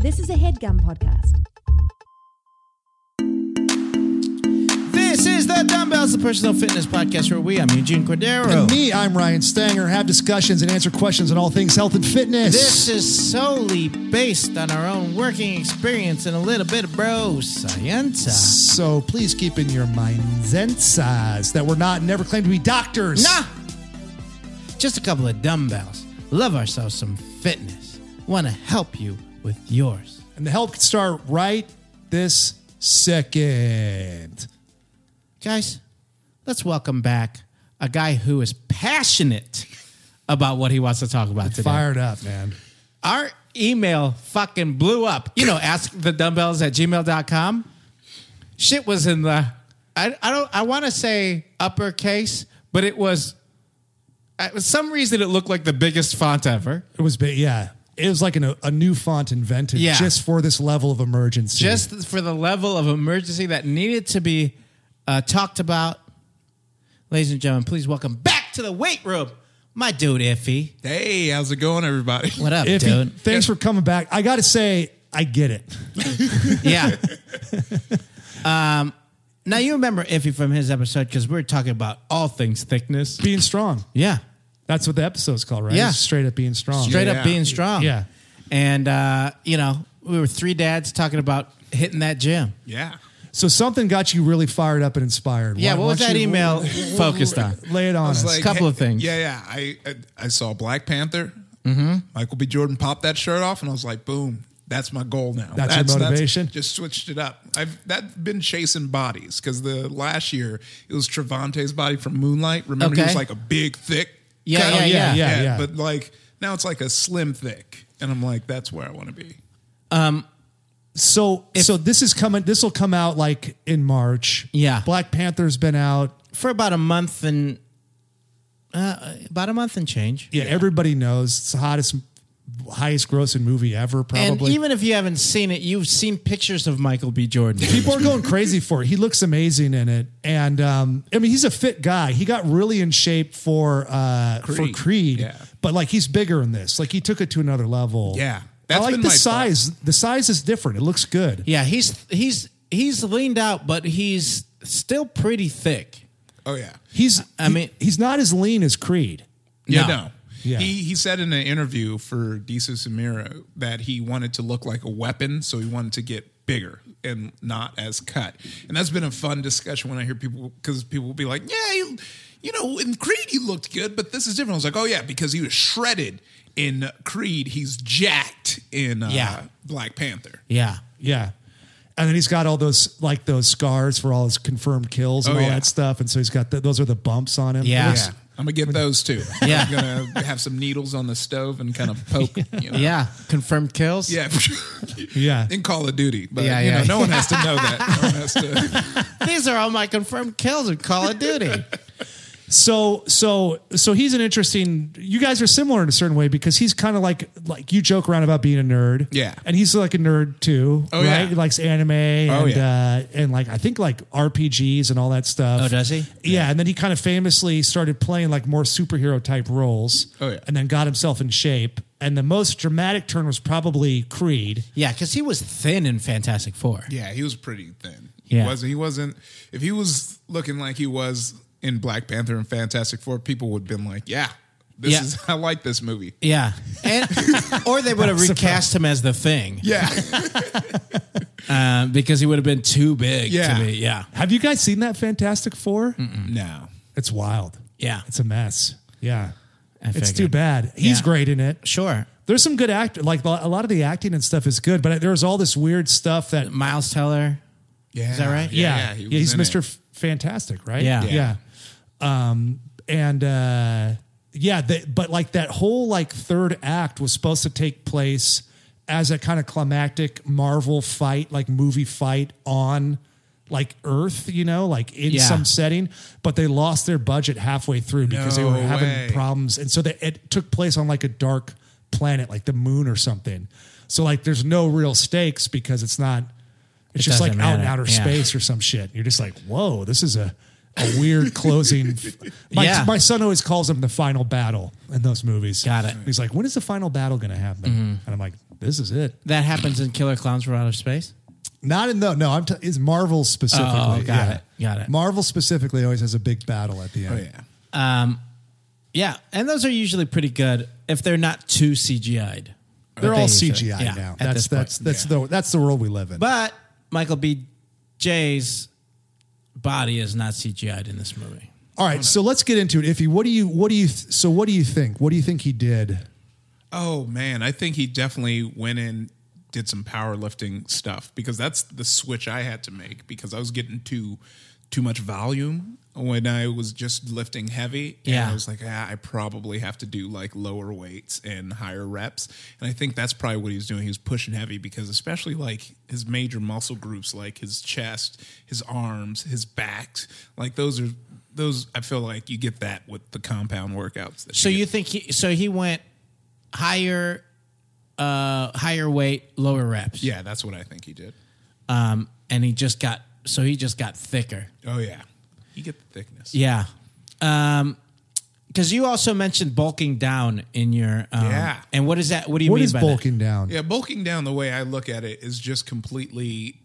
This is a headgum podcast. This is the Dumbbells, the personal fitness podcast where we, I'm Eugene Cordero. And me, I'm Ryan Stanger. Have discussions and answer questions on all things health and fitness. This is solely based on our own working experience and a little bit of bro science. so please keep in your minds that we're not never claim to be doctors. Nah! Just a couple of dumbbells. Love ourselves some fitness. Want to help you with yours. And the help can start right this second. Guys, let's welcome back a guy who is passionate about what he wants to talk about today. Fired up, man. Our email fucking blew up. You know, ask the dumbbells at gmail.com. Shit was in the I, I don't I want to say uppercase, but it was I- for some reason it looked like the biggest font ever. It was big. Yeah. It was like an, a new font invented Yeah. just for this level of emergency. Just for the level of emergency that needed to be uh, talked about. Ladies and gentlemen, please welcome back to the weight room, my dude Iffy. Hey, how's it going, everybody? What up, if you- dude? thanks for coming back. I got to say, I get it. Yeah. um, now you remember Iffy from his episode because we were talking about all things thickness. Being strong. Yeah. That's what the episode's called, right? Yeah. It's Straight up being strong. Straight Yeah. up being strong. Yeah. And uh, you know, we were three dads talking about hitting that gym. Yeah. So something got you really fired up and inspired. Yeah, Why- what was why don't that you- email focused on? Lay it on us. Like, couple of things. Yeah, yeah. I I, I saw Black Panther. Mm-hmm. Michael B. Jordan popped that shirt off, and I was like, boom. That's my goal now. That's your motivation? just switched it up. I've that been chasing bodies because the last year it was Travante's body from Moonlight. Remember, he Okay. was like a big, thick. Yeah, guy? yeah, yeah. Yeah, yeah. But like now, it's like a slim, thick, and I'm like, that's where I want to be. so so this is coming. This will come out like in March. Yeah. Black Panther's been out. For about a month and uh, about a month and change. Yeah, everybody knows it's the hottest, highest grossing movie ever. And Probably. even if you haven't seen it, you've seen pictures of Michael B. Jordan. People are going crazy for it. He looks amazing in it, and um, I mean he's a fit guy. He got really in shape for uh, Creed. for Creed, Yeah. but like he's bigger in this. Like he took it to another level. Yeah. I That's like been the my thought. size. The size is different. It looks good. Yeah, he's he's he's leaned out, but he's still pretty thick. Oh yeah. He's I mean- he- he's not as lean as Creed. Yeah, No. no. Yeah. He he said in an interview for Disu Samira that he wanted to look like a weapon, so he wanted to get bigger and not as cut. And that's been a fun discussion when I hear people because people will be like, "Yeah, you, you know, in Creed you looked good, but this is different." I was like, "Oh yeah," because he was shredded in Creed. He's jacked in uh, Yeah. Black Panther. Yeah. Yeah. And then he's got all those like those scars for all his confirmed kills and Oh, all yeah. that stuff. And so he's got the, those are the bumps on him. Yeah. It looks- Yeah, I'm gonna get those too. Yeah. I'm gonna have some needles on the stove and kind of poke. You know. Yeah. Confirmed kills. Yeah. Yeah. In Call of Duty. But Yeah, you yeah. know, no one has to know that. No one has to These are all my confirmed kills in Call of Duty. So so so he's an interesting. You guys are similar in a certain way because he's kind of like like you joke around about being a nerd. Yeah. And he's like a nerd too. Oh, right? yeah. Oh, He likes anime and yeah. uh and like I think like RPGs and all that stuff. Oh, does he? Yeah. And then he kind of famously started playing like more superhero type roles. Oh, yeah. And then got himself in shape. And the most dramatic turn was probably Creed. Yeah, because he was thin in Fantastic Four. Yeah, he was pretty thin. Yeah. He wasn't he wasn't if he was looking like he was in Black Panther and Fantastic Four, people would have been like, Yeah, this Yeah. is I like this movie. Yeah. And or they would have recast him as the thing. Yeah. uh, because he would have been too big Yeah. to be. Yeah. Have you guys seen that Fantastic 4 no. It's wild. Yeah. It's a mess. Yeah. I It's figured. too bad. He's Yeah. great in it. Sure. There's some good act like a lot of the acting and stuff is good, but there's all this weird stuff that Miles Teller. Yeah. Is that right? yeah, Yeah, he was he's in Mr. it. F- Fantastic, right? Yeah. yeah, Yeah. Um, and uh, yeah, the, but like that whole like third act was supposed to take place as a kind of climactic Marvel fight, like movie fight on like Earth, you know, like in Yeah. some setting. But they lost their budget halfway through because they No were having way. problems, and so that it took place on like a dark planet, like the moon or something. So like, there's no real stakes because it's not. It's It just like doesn't out in matter. outer Yeah. space or some shit. You're just like, whoa, this is a a weird closing. my, Yeah. my son always calls him the final battle in those movies. Got it. Mm-hmm. He's like, when is the final battle going to happen? And I'm like, this is it. That happens in Killer Clowns from Outer Space. Not in the no. I'm t- is Marvel specifically. Oh, got it. Got it. Oh, Marvel specifically always has a big battle at the Oh, end. Um, yeah, and those are usually pretty good if they're not too CGI'd. They're But they all usually- CGI yeah, now. at That's this point. that's that's the that's the world we live in. But Michael B. J's body is not CGI'd in this movie. all right, so let's get into it. Iffy, what do you what do you th- so what do you think? What do you think he did? Oh man, I think he definitely went in, did some powerlifting stuff because that's the switch I had to make because I was getting too too much volume when I was just lifting heavy. And Yeah. I was like, ah, I probably have to do like lower weights and higher reps. And I think that's probably what he was doing. He was pushing heavy because especially like his major muscle groups like his chest, his arms, his backs, like those are those I feel like you get that with the compound workouts. That So you you think he? So he went higher, uh, higher weight, lower reps. Yeah, that's what I think he did. Um, and he just got. So he just got thicker. Oh yeah, you get the thickness. Yeah. Um, because you also mentioned bulking down in your. Um, Yeah. And what is that? What do you What mean is by that? bulking down? Yeah, bulking down the way I look at it is just completely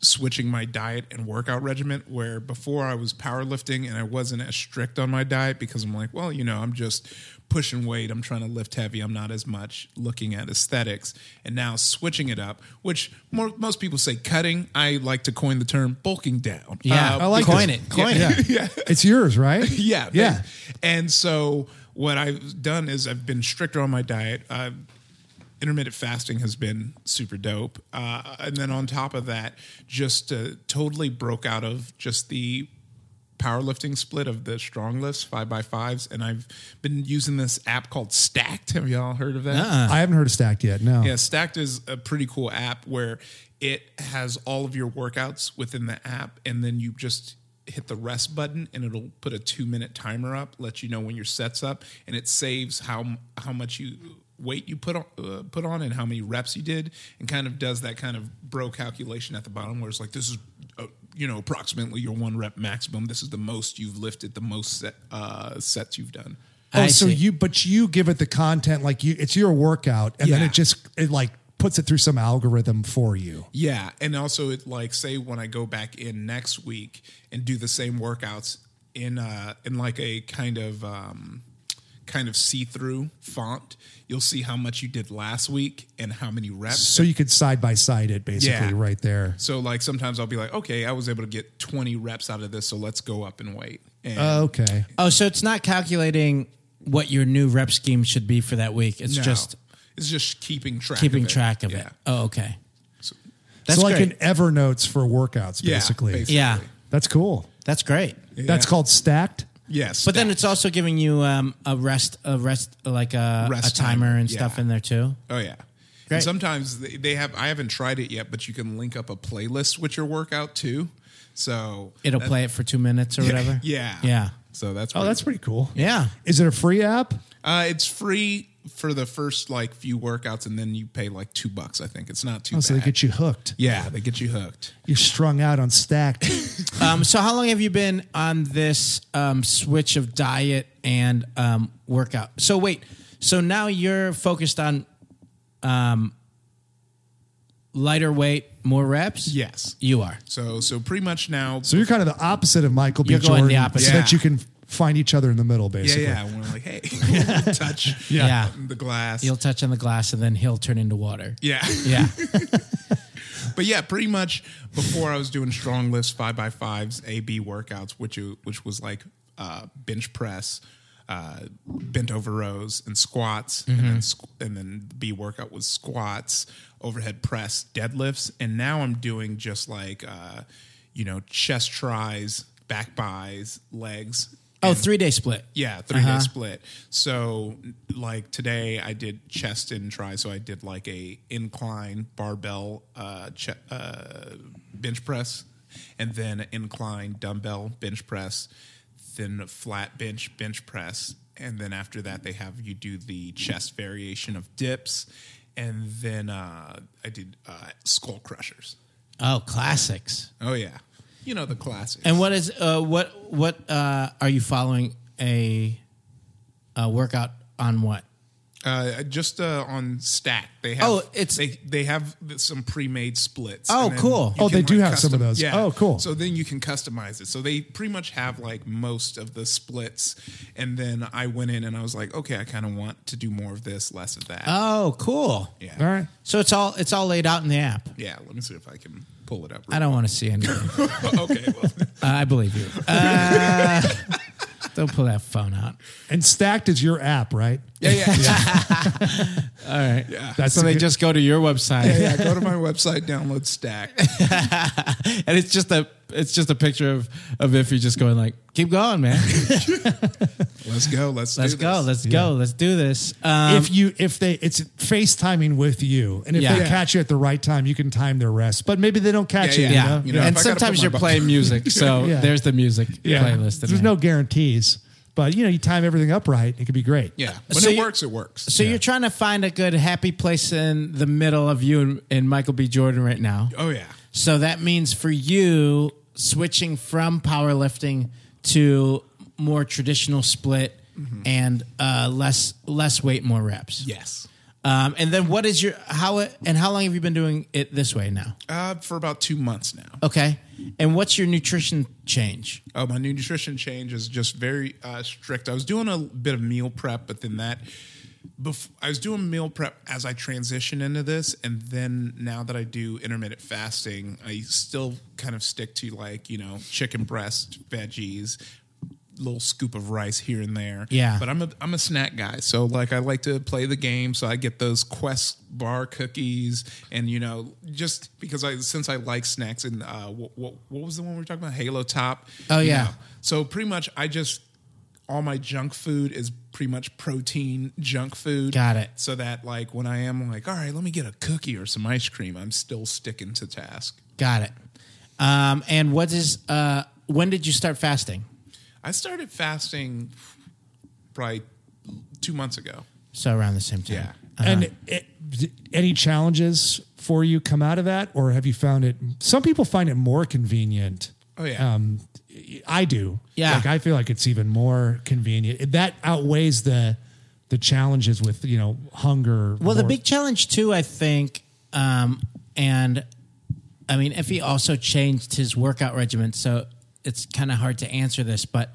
switching my diet and workout regimen where before I was powerlifting and I wasn't as strict on my diet because I'm like, well, you know, I'm just pushing weight, I'm trying to lift heavy, I'm not as much looking at aesthetics. And now switching it up, which more, most people say cutting, I like to coin the term bulking down. Yeah, Uh, I like coin because- it. Coin Yeah. it. yeah. It's yours, right? Yeah. Yeah. And so what I've done is I've been stricter on my diet. Uh, intermittent fasting has been super dope. Uh, and then on top of that, just uh, totally broke out of just the powerlifting split of the strong lifts, five by fives. And I've been using this app called Stacked. Have y'all heard of that? I haven't heard of Stacked yet. No. Uh. Yeah, Stacked is a pretty cool app where it has all of your workouts within the app, and then you just hit the rest button, and it'll put a two minute timer up, let you know when your sets up, and it saves how how much you weight you put on uh, put on and how many reps you did, and kind of does that kind of bro calculation at the bottom where it's like this is. Uh, you know, approximately your one rep maximum. This is the most you've lifted, the most set, uh, sets you've done. Oh, I so see. you but you give it the content like you it's your workout and then Yeah. it just it like puts it through some algorithm for you. Yeah, and also it like say when I go back in next week and do the same workouts in uh in like a kind of um kind of see-through font, you'll see how much you did last week and how many reps. So you could side by side it basically Yeah. right there. So like sometimes I'll be like, "Okay, I was able to get 20 reps out of this, so let's go up and wait." And Okay. Oh, so it's not calculating what your new rep scheme should be for that week. It's no, just it's just keeping track keeping of it. track of Yeah. it. Oh, okay. so like great. in Evernotes for workouts Yeah, basically. basically. yeah, That's cool. that's great. That's Yeah. called Stacked. Yes. But then it's also giving you um, a rest, a rest, like a, a Rest timer timer, and stuff yeah. in there too. Oh yeah. Great. And sometimes they, they have. I haven't tried it yet, but you can link up a playlist with your workout too. So It'll that- play it for two minutes or whatever. Yeah. yeah, So that's Oh, that's pretty cool. yeah. Is it a free app? Uh, it's free for the first like few workouts, and then you pay like two bucks. I think it's not too. Oh, so they bad. get you hooked. Yeah, they get you hooked. You're strung out on Stacked. Um, so how long have you been on this um, switch of diet and um, workout? So wait, so now you're focused on um, lighter weight, more reps. Yes. you are. So so pretty much now. so you're kind of the opposite of Michael B. You're going the Jordan, opposite. so that Yeah. you can find each other in the middle yeah, basically. yeah. We're like, hey, we'll touch. Yeah. The glass. You'll touch on the glass and then he'll turn into water. yeah. Yeah. But yeah, pretty much before I was doing strong lifts, five by fives, A B workouts, which you, which was like uh, bench press, uh, bent over rows, and squats, and then squ- and then B workout was squats, overhead press, deadlifts, and now I'm doing just like uh, you know chest tries, back buys, legs. oh, three day split. Yeah, 3 day split. So like today I did chest and try. So I did like a incline barbell uh, che- uh, bench press, and then incline dumbbell bench press, then flat bench bench press, and then after that they have you do the chest variation of dips, and then uh, I did uh, skull crushers. Oh, classics. Oh yeah. you know the classics. And what is uh, what what uh, are you following a, a workout on what? Uh, just uh, on stack, they have. Oh, it's- they they have some pre-made splits. Oh, and then cool. you Oh, they can, do have some of those. Yeah. Oh, cool. So then you can customize it. So they pretty much have like most of the splits. And then I went in and I was like, okay, I kind of want to do more of this, less of that. Oh, cool. yeah. All right. So it's all it's all laid out in the app. Yeah. Let me see if I can pull it up. I don't want to see anything. okay. Well, I believe you. Uh, don't pull that phone out. And Stacked is your app, right? yeah, yeah, yeah, That's So a they good- just go to your website, yeah. Go to my website, download stack. and it's just a it's just a picture of of Iffy just going like, "Keep going, man. Let's go. Let's Let's do this. go. Let's go. Let's do this." Um, if you if they it's FaceTiming with you, and if Yeah. they catch you at the right time, you can time their rest. But maybe they don't catch Yeah, you. yeah. You know? You know, and if I gotta put sometimes my you're bu- playing music, so Yeah. there's the music Yeah. playlist. in There's there. no guarantees, but you know you time everything up right, it could be great. Yeah. When So it you- works, it works. So you're trying to find a good happy place in the middle of you and, and Michael B. Jordan right now. oh yeah. So that means for you switching from powerlifting to more traditional split and uh, less less weight, more reps. Yes. Um, and then what is your how it- and how long have you been doing it this way now? Uh, for about two months now. Okay. And what's your nutrition change? Uh, my new nutrition change is just very uh, strict. I was doing a bit of meal prep, but then that, bef- I was doing meal prep as I transitioned into this, and then now that I do intermittent fasting, I still kind of stick to like you know chicken breast, veggies, little scoop of rice here and there. Yeah. but I'm a I'm a snack guy, so like I like to play the game. So I get those Quest bar cookies, and you know just because I since I like snacks and uh, what, what what was the one we were talking about Halo Top. Oh, You yeah. know, so pretty much, I just all my junk food is pretty much protein junk food. Got it. So that like when I am like, all right, let me get a cookie or some ice cream, I'm still sticking to task. Got it. Um, and what is uh, when did you start fasting? I started fasting probably two months ago. So around the same time. Yeah. Uh-huh. And it, any challenges for you come out of that, or have you found it? Some people find it more convenient. Oh yeah. Um, I do. Yeah. Like I feel like it's even more convenient. That outweighs the the challenges with you know hunger. Well, the more- big challenge too, I think, um, and I mean, Effie also changed his workout regimen, so it's kind of hard to answer this, but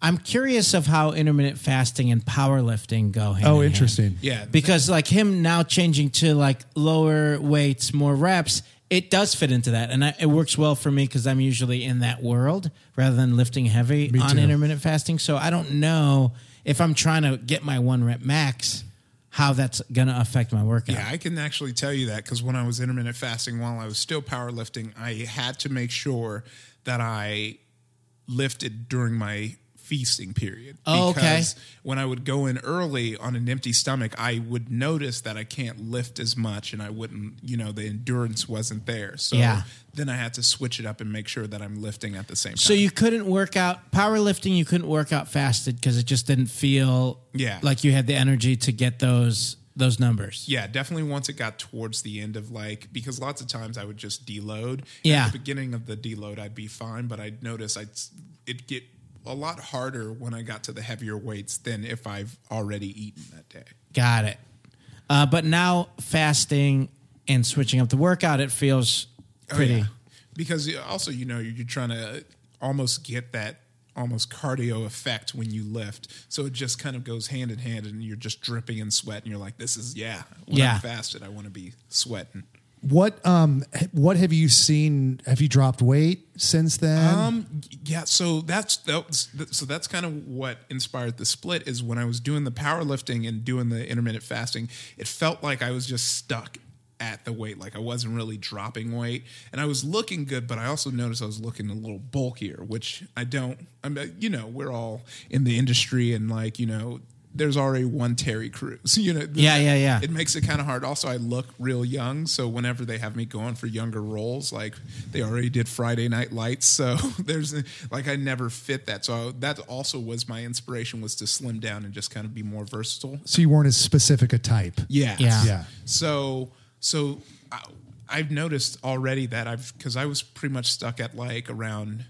I'm curious of how intermittent fasting and powerlifting go hand. Oh, in hand. interesting. Yeah. because like him now changing to like lower weights, more reps. It does fit into that, and I, it works well for me because I'm usually in that world rather than lifting heavy on too. intermittent fasting. So I don't know if I'm trying to get my one rep max, how that's going to affect my workout. Yeah, I can actually tell you that because when I was intermittent fasting while I was still powerlifting, I had to make sure that I lifted during my feasting period. Oh, okay. because when I would go in early on an empty stomach, I would notice that I can't lift as much and I wouldn't, you know, the endurance wasn't there. So Yeah. then I had to switch it up and make sure that I'm lifting at the same time. So you couldn't work out powerlifting. You couldn't work out fasted because it just didn't feel Yeah. like you had the energy to get those those numbers. Yeah, definitely once it got towards the end of like because lots of times I would just deload. Yeah. At the beginning of the deload I'd be fine, but I'd notice I'd it get a lot harder when I got to the heavier weights than if I've already eaten that day. Got it. Uh, but now fasting and switching up the workout, it feels Oh, pretty. Because you- also, you know, you're trying to almost get that almost cardio effect when you lift. So it just kind of goes hand in hand and you're just dripping in sweat and you're like, this is, yeah, when Yeah. I'm fasted, I want to be sweating. What um what have you seen? Have you dropped weight since then? Um, yeah, so that's that was, so that's kind of what inspired the split is when I was doing the powerlifting and doing the intermittent fasting, it felt like I was just stuck at the weight, like I wasn't really dropping weight, and I was looking good, but I also noticed I was looking a little bulkier, which I don't. I'm, uh, you know, we're all in the industry, and like you know. There's already one Terry Crews, you know. Yeah, yeah, yeah. It makes it kind of hard. Also, I look real young, so whenever they have me going for younger roles, like they already did Friday Night Lights, so there's like I never fit that. So that also was my inspiration was to slim down and just kind of be more versatile. so you weren't as specific a type. Yeah, Yeah. Yeah. So so I, I've noticed already that I've because I was pretty much stuck at like around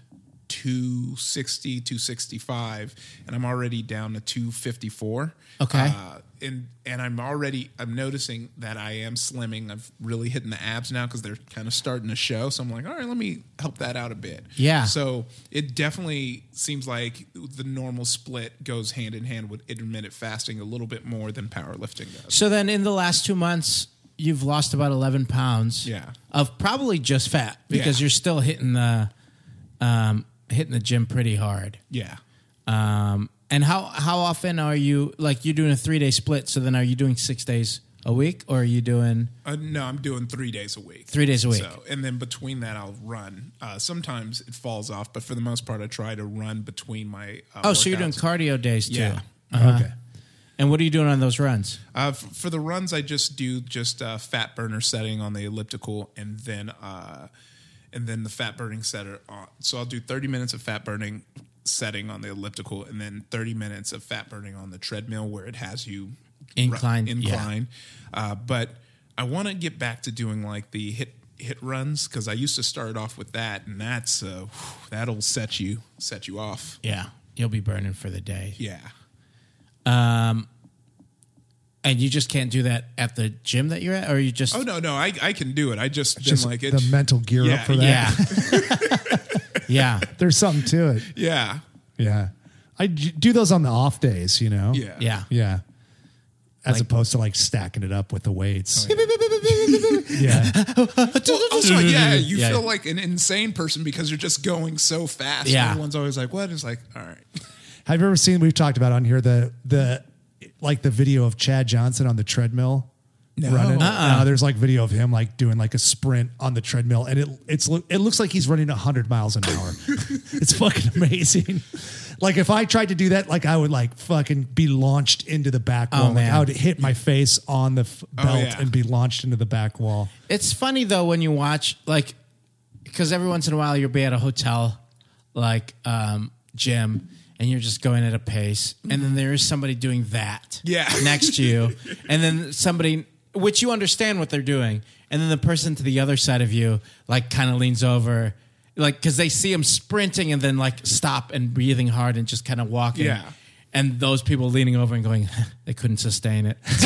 260, 265, and I'm already down to 254. Okay. Uh, and and I'm already I'm noticing that I am slimming. I've really hitting the abs now because they're kind of starting to show. So I'm like, all right, let me help that out a bit. Yeah. So it definitely seems like the normal split goes hand in hand with intermittent fasting a little bit more than powerlifting does. So then, in the last two months, you've lost about eleven pounds. Yeah. Of probably just fat because Yeah. you're still hitting the, um, hitting the gym pretty hard. Yeah. Um, and how how often are you like you're doing a three day split? So then, are you doing six days a week or are you doing? Uh, no, I'm doing three days a week. Three days a week. So, and then between that, I'll run. Uh, sometimes it falls off, but for the most part, I try to run between my. Uh, Oh, so you're doing workouts. cardio days too. Yeah. Okay. And what are you doing on those runs? Uh, f- for the runs, I just do just uh, fat burner setting on the elliptical, and then uh, and then the fat burning setter. On. So I'll do 30 minutes of fat burning setting on the elliptical, and then 30 minutes of fat burning on the treadmill, where it has you ru- Incline, yeah. incline. Uh, but I want to get back to doing like the hit hit runs because I used to start off with that, and that's uh, whew, that'll set you set you off. Yeah, you'll be burning for the day. Yeah. And you just can't do that at the gym that you're at, or you just Oh no, no, I, I can do it. I just been Just like it. the mental gear Yeah, up for yeah, that. yeah. There's something to it. yeah. Yeah. I j- do those on the off days, you know? Yeah. Yeah. Yeah. As opposed to like stacking it up with the weights. Oh, yeah. Well, also, yeah, you Yeah. feel like an insane person because you're just going so fast. Yeah. Everyone's always like, what? It's like, all right. Have you ever seen we've talked about on here the the like the video of Chad Johnson on the treadmill? No. Running. No, there's like video of him like doing like a sprint on the treadmill and it it's lo- it looks like he's running 100 miles an hour. it's fucking amazing. Like if I tried to do that like I would like fucking be launched into the back wall. like man. I would hit my face on the f- belt yeah. and be launched into the back wall. It's funny though when you watch like because every once in a while you'll be at a hotel like um, gym and you're just going at a pace, and then there is somebody doing that Yeah. next to you, and then somebody which you understand what they're doing, and then the person to the other side of you like kind of leans over. Like, cause they see him sprinting and then like stop and breathing hard and just kind of walking. Yeah. And those people leaning over and going, they couldn't sustain it. It's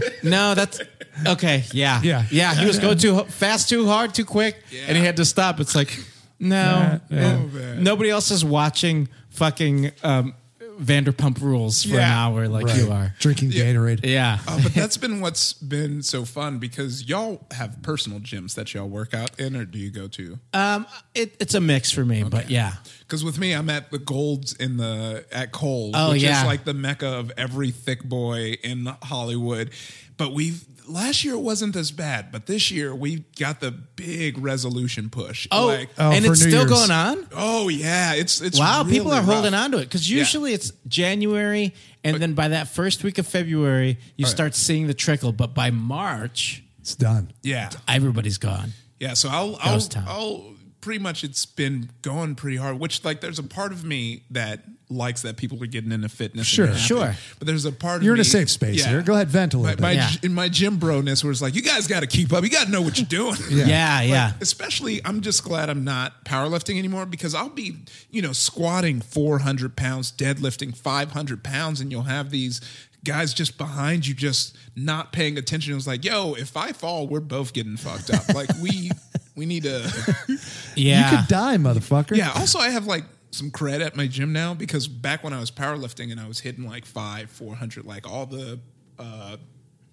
like, no, that's okay. Yeah. Yeah. Yeah. He was going too ho- fast, too hard, too quick, and he had to stop. It's like, no. Oh, man. Nobody else is watching fucking um, Vanderpump rules for an Yeah. hour like you are. Drinking Gatorade. Yeah. Uh, but that's been what's been so fun because y'all have personal gyms that y'all work out in or do you go to? Um, it, it's a mix for me, but yeah. Because with me, I'm at the Golds in the at Coles, Oh, which yeah. is like the mecca of every thick boy in Hollywood. But we've last year it wasn't as bad, but this year we got the big resolution push. Oh, Like, Oh, and for it's New still Year's. going on? oh yeah, it's it's Wow, really people are rough. holding on to it because usually it's January, and then by that first week of February, you start seeing the trickle. But by March, It's done. Yeah, everybody's gone. Yeah, so I'll I'll, Ghost town. I'll pretty much it's been going pretty hard. Which like there's a part of me that likes that people are getting into fitness. and Sure, happy. sure. But there's a part You're of in me, a safe space here. Go ahead, vent a little My, bit. my, Yeah. In my gym bro ness, where it's like you guys got to keep up. You got to know what you're doing. Yeah. Yeah, yeah. Especially, I'm just glad I'm not powerlifting anymore because I'll be, you know, squatting 400 pounds, deadlifting 500 pounds, and you'll have these guys just behind you just not paying attention. It's like, yo, if I fall, we're both getting fucked up. Like, we we need to. yeah. You could die, motherfucker. Yeah. Also, I have like some cred at my gym now because back when I was powerlifting and I was hitting like five, four hundred, like all the uh,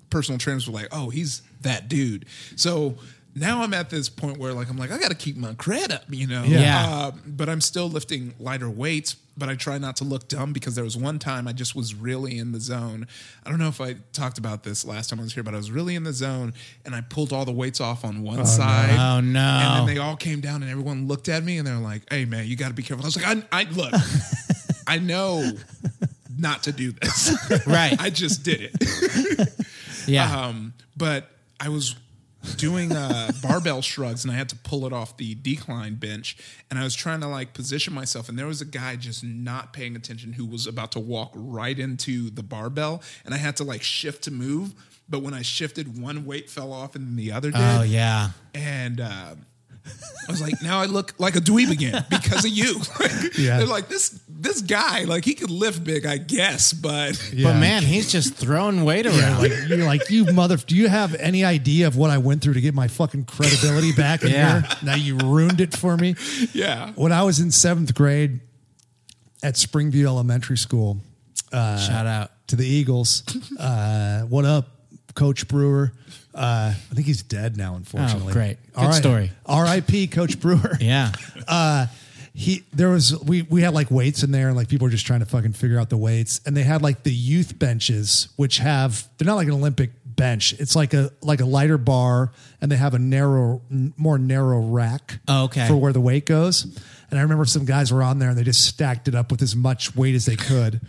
personal trainers were like, "Oh, he's that dude." So now I'm at this point where like I'm like, I got to keep my cred up, you know. Yeah. Uh, but I'm still lifting lighter weights. But I try not to look dumb because there was one time I just was really in the zone. I don't know if I talked about this last time I was here, but I was really in the zone and I pulled all the weights off on one side. Oh, no. And then they all came down and everyone looked at me and they're like, "Hey man, you got to be careful." I was like, "I, I look, I know not to do this. Right. I just did it." Yeah. Um, but I was doing uh, barbell shrugs, and I had to pull it off the decline bench. And I was trying to like position myself, and there was a guy just not paying attention who was about to walk right into the barbell, and I had to like shift to move. But when I shifted, one weight fell off, and then the other did. Oh yeah. and uh, I was like, now I look like a dweeb again because of you. Like, Yeah. They're like this this guy, like he could lift big, I guess, but But man, he's just throwing weight around. Yeah, like you're like you mother. Do you have any idea of what I went through to get my fucking credibility back in Yeah. here? Now you ruined it for me. yeah, When I was in seventh grade at Springview Elementary School, Shout out. to the Eagles. Uh, what up, Coach Brewer? Uh, I think he's dead now, unfortunately. Oh, great. Good R.I. story. R.I.P. Coach Brewer. Yeah. Uh, he there was we we had like weights in there and like people were just trying to fucking figure out the weights and they had like the youth benches which have they're not like an Olympic bench it's like a like a lighter bar and they have a narrow n- more narrow rack Oh, okay. for where the weight goes and I remember some guys were on there and they just stacked it up with as much weight as they could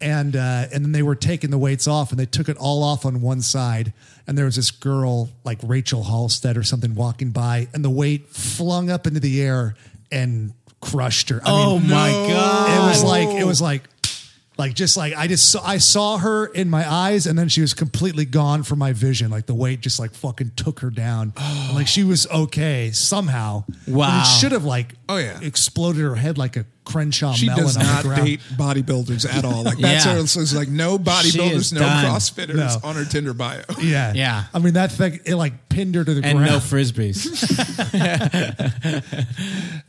and uh, and then they were taking the weights off and they took it all off on one side and there was this girl like Rachel Halstead or something walking by and the weight flung up into the air and crushed her. I Oh my God. It was like it was like like just like I just saw, I saw her in my eyes and then she was completely gone from my vision. Like the weight just like fucking took her down. Oh. And, like she was okay somehow. And Wow. it should have like Oh, yeah. exploded her head like a Crenshaw she melon does on not the ground. date bodybuilders at all. Like that's Yeah. her. So it's like no is bodybuilders, no done. CrossFitters No. on her Tinder bio. Yeah. Yeah. I mean that thing it like pinned her to the And ground. no frisbees.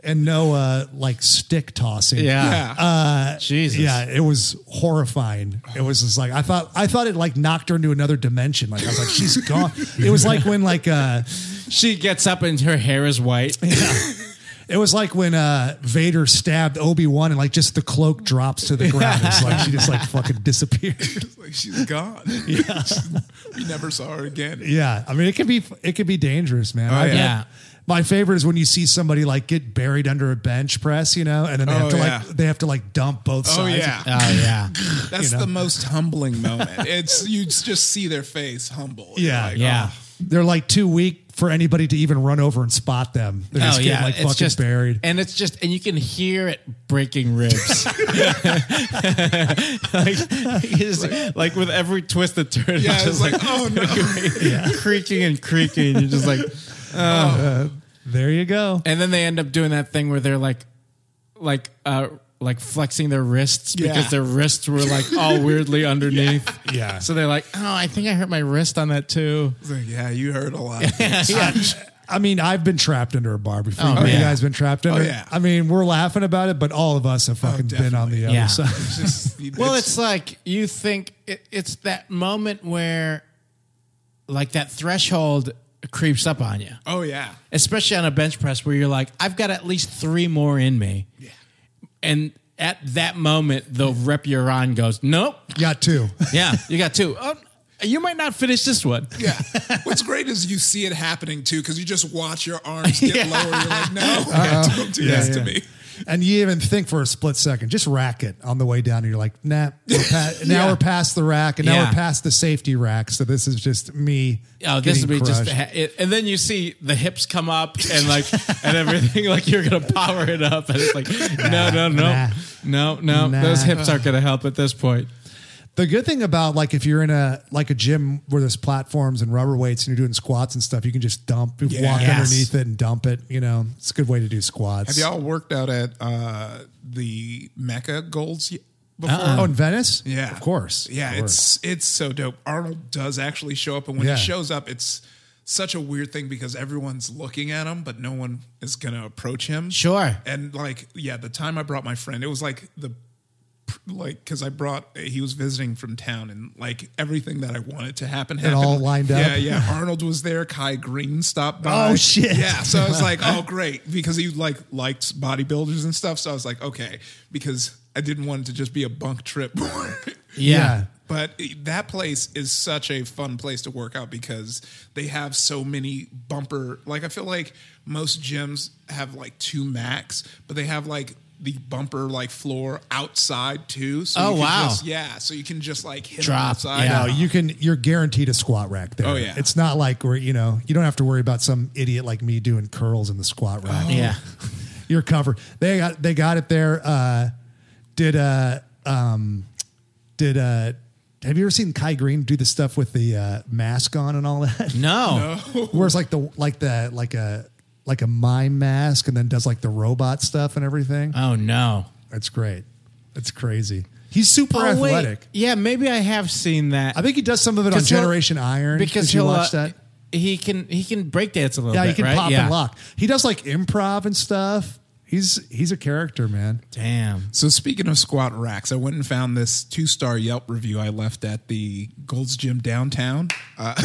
and no uh like stick tossing. Yeah. Yeah. Uh, Jesus. Yeah, it was horrifying. It was just like I thought. I thought it like knocked her into another dimension. Like I was like, she's gone. It was like when like uh, She gets up and her hair is white. it was like when uh Vader stabbed Obi Wan and like just the cloak drops to the ground. It's like she just like fucking disappeared. It's like she's gone. we never saw her again. Yeah, I mean it could be it could be dangerous, man. I've Oh, yeah. had- My favorite is when you see somebody like get buried under a bench press, you know, and then they have Oh, to yeah. like they have to like dump both Oh sides. yeah, Oh yeah. that's you know. the most humbling moment. It's you just see their face humble. You're Yeah. like, oh. Yeah. They're like too weak for anybody to even run over and spot them. They're just oh getting yeah. like fucking just buried. And it's just and you can hear it breaking ribs. like, it's- like with every twist and turn. Yeah, it's it's just like, like, oh no. creaking and creaking. You're just like There you go. And then they end up doing that thing where they're like, like, uh, like flexing their wrists Yeah. because their wrists were like all weirdly underneath. Yeah. So they're like, oh, I think I hurt my wrist on that too. It's like, yeah, you heard a lot. Yeah. I mean, I've been trapped under a bar before. Oh, Have You yeah. Oh, guys been trapped under. yeah. I mean, we're laughing about it, but all of us have fucking been on the other Yeah. side. Well, it's, like you think it, it's that moment where, like, that threshold creeps up on you, oh yeah. especially on a bench press where you're like, I've got at least three more in me. Yeah. And at that moment, the rep you're on goes, nope. Got two. Yeah, you got two. Oh, you might not finish this one. Yeah. What's great is you see it happening too, because you just watch your arms get lower. You're like, no, Uh-huh. don't do this to me. And you even think for a split second, just rack it on the way down. And you're like, nah, we're pa- now we're past the rack and now Yeah. we're past the safety rack. So this is just me. Oh, this would getting be just, crushed. it, and then you see the hips come up and like and everything like you're gonna power it up, and it's like no, no, no, Nah. no, no, Nah. those hips aren't gonna help at this point. The good thing about like if you're in a like a gym where there's platforms and rubber weights and you're doing squats and stuff, you can just dump, walk Yes. underneath it and dump it. You know, it's a good way to do squats. Have y'all worked out at uh, the Mecca Golds y- before? oh, in Venice? Uh-uh. Yeah, of course. Yeah, Of course. it's it's so dope. Arnold does actually show up, and when Yeah. he shows up, it's such a weird thing because everyone's looking at him, but no one is gonna approach him. Sure. And like, yeah, the time I brought my friend, it was like the like because I brought he was visiting from town, and like everything that I wanted to happen happened. all lined up. Yeah, yeah. Arnold was there. Kai Green stopped by. Oh, shit. Uh, Yeah. So I was like, oh great, because he like liked bodybuilders and stuff. So I was like, okay, because. I didn't want it to just be a bunk trip Yeah. But that place is such a fun place to work out because they have so many bumper. Like I feel like most gyms have like two max, but they have like the bumper like floor outside too. So Oh, you can wow. just- yeah, so you can just like hit 'em Drop, outside. Uh-huh. yeah. No, you can. You're guaranteed a squat rack there. Oh, yeah. It's not like where you know you don't have to worry about some idiot like me doing curls in the squat rack. Oh. Yeah. you're covered. They got they got it there. Uh, did uh um did uh have you ever seen Kai Green do the stuff with the uh, mask on and all that? No. Where it's like the like the like a like a mime mask and then does like the robot stuff and everything. Oh no. That's great. That's crazy. He's super Oh, wait. athletic. Yeah, maybe I have seen that. I think he does some of it on 'Cause he'll- Generation Iron. because Did you he'll watch uh, that. He can he can break dance a little Yeah, bit. he can right? pop yeah. and lock. He does like improv and stuff. He's he's a character, man. Damn. So speaking of squat racks, I went and found this two-star Yelp review I left at the Gold's Gym downtown. Uh,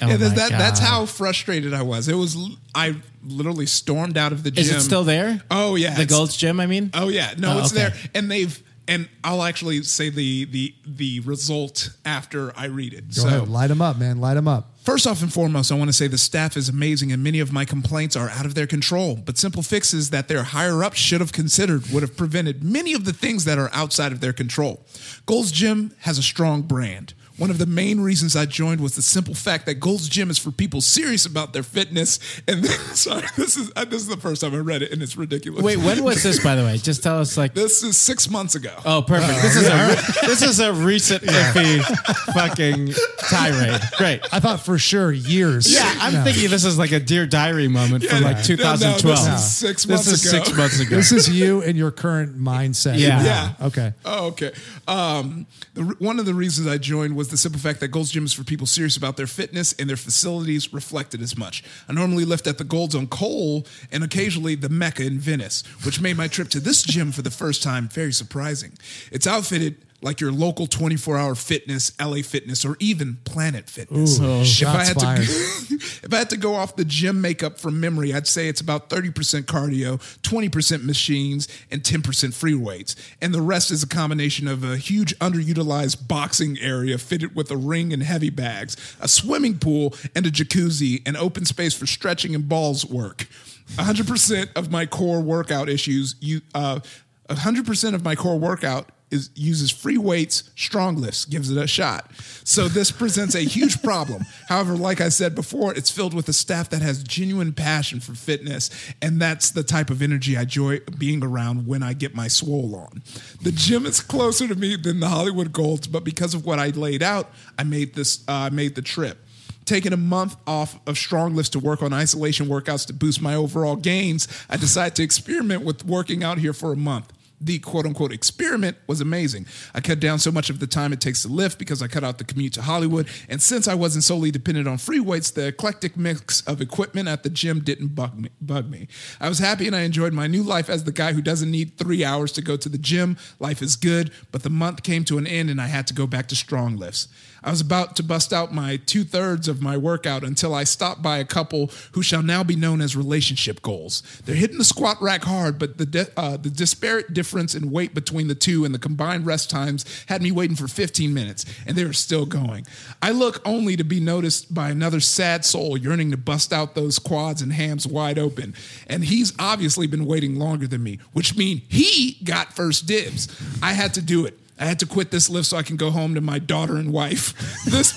and Oh my that, that's God. how frustrated I was. It was l- I literally stormed out of the gym. Is it still there? Oh yeah, The it's- Gold's Gym, I mean? Oh yeah, no, Oh, it's okay. there, and they've and I'll actually say the the the result after I read it. Go so ahead, light him up, man. Light him up. First off and foremost, I want to say the staff is amazing and many of my complaints are out of their control. But simple fixes that their higher ups should have considered would have prevented many of the things that are outside of their control. Gold's Gym has a strong brand. One of the main reasons I joined was the simple fact that Gold's Gym is for people serious about their fitness. And sorry, this is uh, this is the first time I read it, and it's ridiculous. Wait, when was this by the way? Just tell us like This is six months ago. Oh, perfect. This is a re- this is a recent iffy fucking tirade. Great. I thought for sure years. Yeah, I'm No. thinking this is like a Dear Diary moment from no, like no, 2012. this is six This months is ago. six months ago. This is you and your current mindset. Yeah. now. Yeah. Okay. Oh, okay. Um, the, one of the reasons I joined was the simple fact that Gold's Gym is for people serious about their fitness and their facilities reflected as much. I normally lift at the Gold's on Cole and occasionally the Mecca in Venice, which made my trip to this gym for the first time very surprising. It's outfitted like your local 24 hour fitness, LA Fitness, or even Planet Fitness. Ooh, Oh, if, I shots had to, fired. if I had to go off the gym makeup from memory, I'd say it's about 30% cardio, 20% machines, and 10% free weights. And the rest is a combination of a huge underutilized boxing area fitted with a ring and heavy bags, a swimming pool, and a jacuzzi, and open space for stretching and balls work. 100% of my core workout issues, you, uh, 100% of my core workout is uses free weights, strong lifts, gives it a shot. So this presents a huge problem. However, like I said before, it's filled with a staff that has genuine passion for fitness, and that's the type of energy I enjoy being around when I get my swole on. The gym is closer to me than the Hollywood Golds, but because of what I laid out, I made this uh, I made the trip. Taking a month off of strong lifts to work on isolation workouts to boost my overall gains, I decided to experiment with working out here for a month. The quote unquote experiment was amazing. I cut down so much of the time it takes to lift because I cut out the commute to Hollywood. And since I wasn't solely dependent on free weights, the eclectic mix of equipment at the gym didn't bug me. Bug me. I was happy and I enjoyed my new life as the guy who doesn't need three hours to go to the gym. Life is good, but the month came to an end and I had to go back to strong lifts. I was about to bust out my two thirds of my workout until I stopped by a couple who shall now be known as relationship goals. They're hitting the squat rack hard, but the di- uh, the disparate difference in weight between the two and the combined rest times had me waiting for 15 minutes, and they were still going. I look only to be noticed by another sad soul yearning to bust out those quads and hams wide open, and he's obviously been waiting longer than me, which means he got first dibs. I had to do it. I had to quit this lift so I can go home to my daughter and wife. This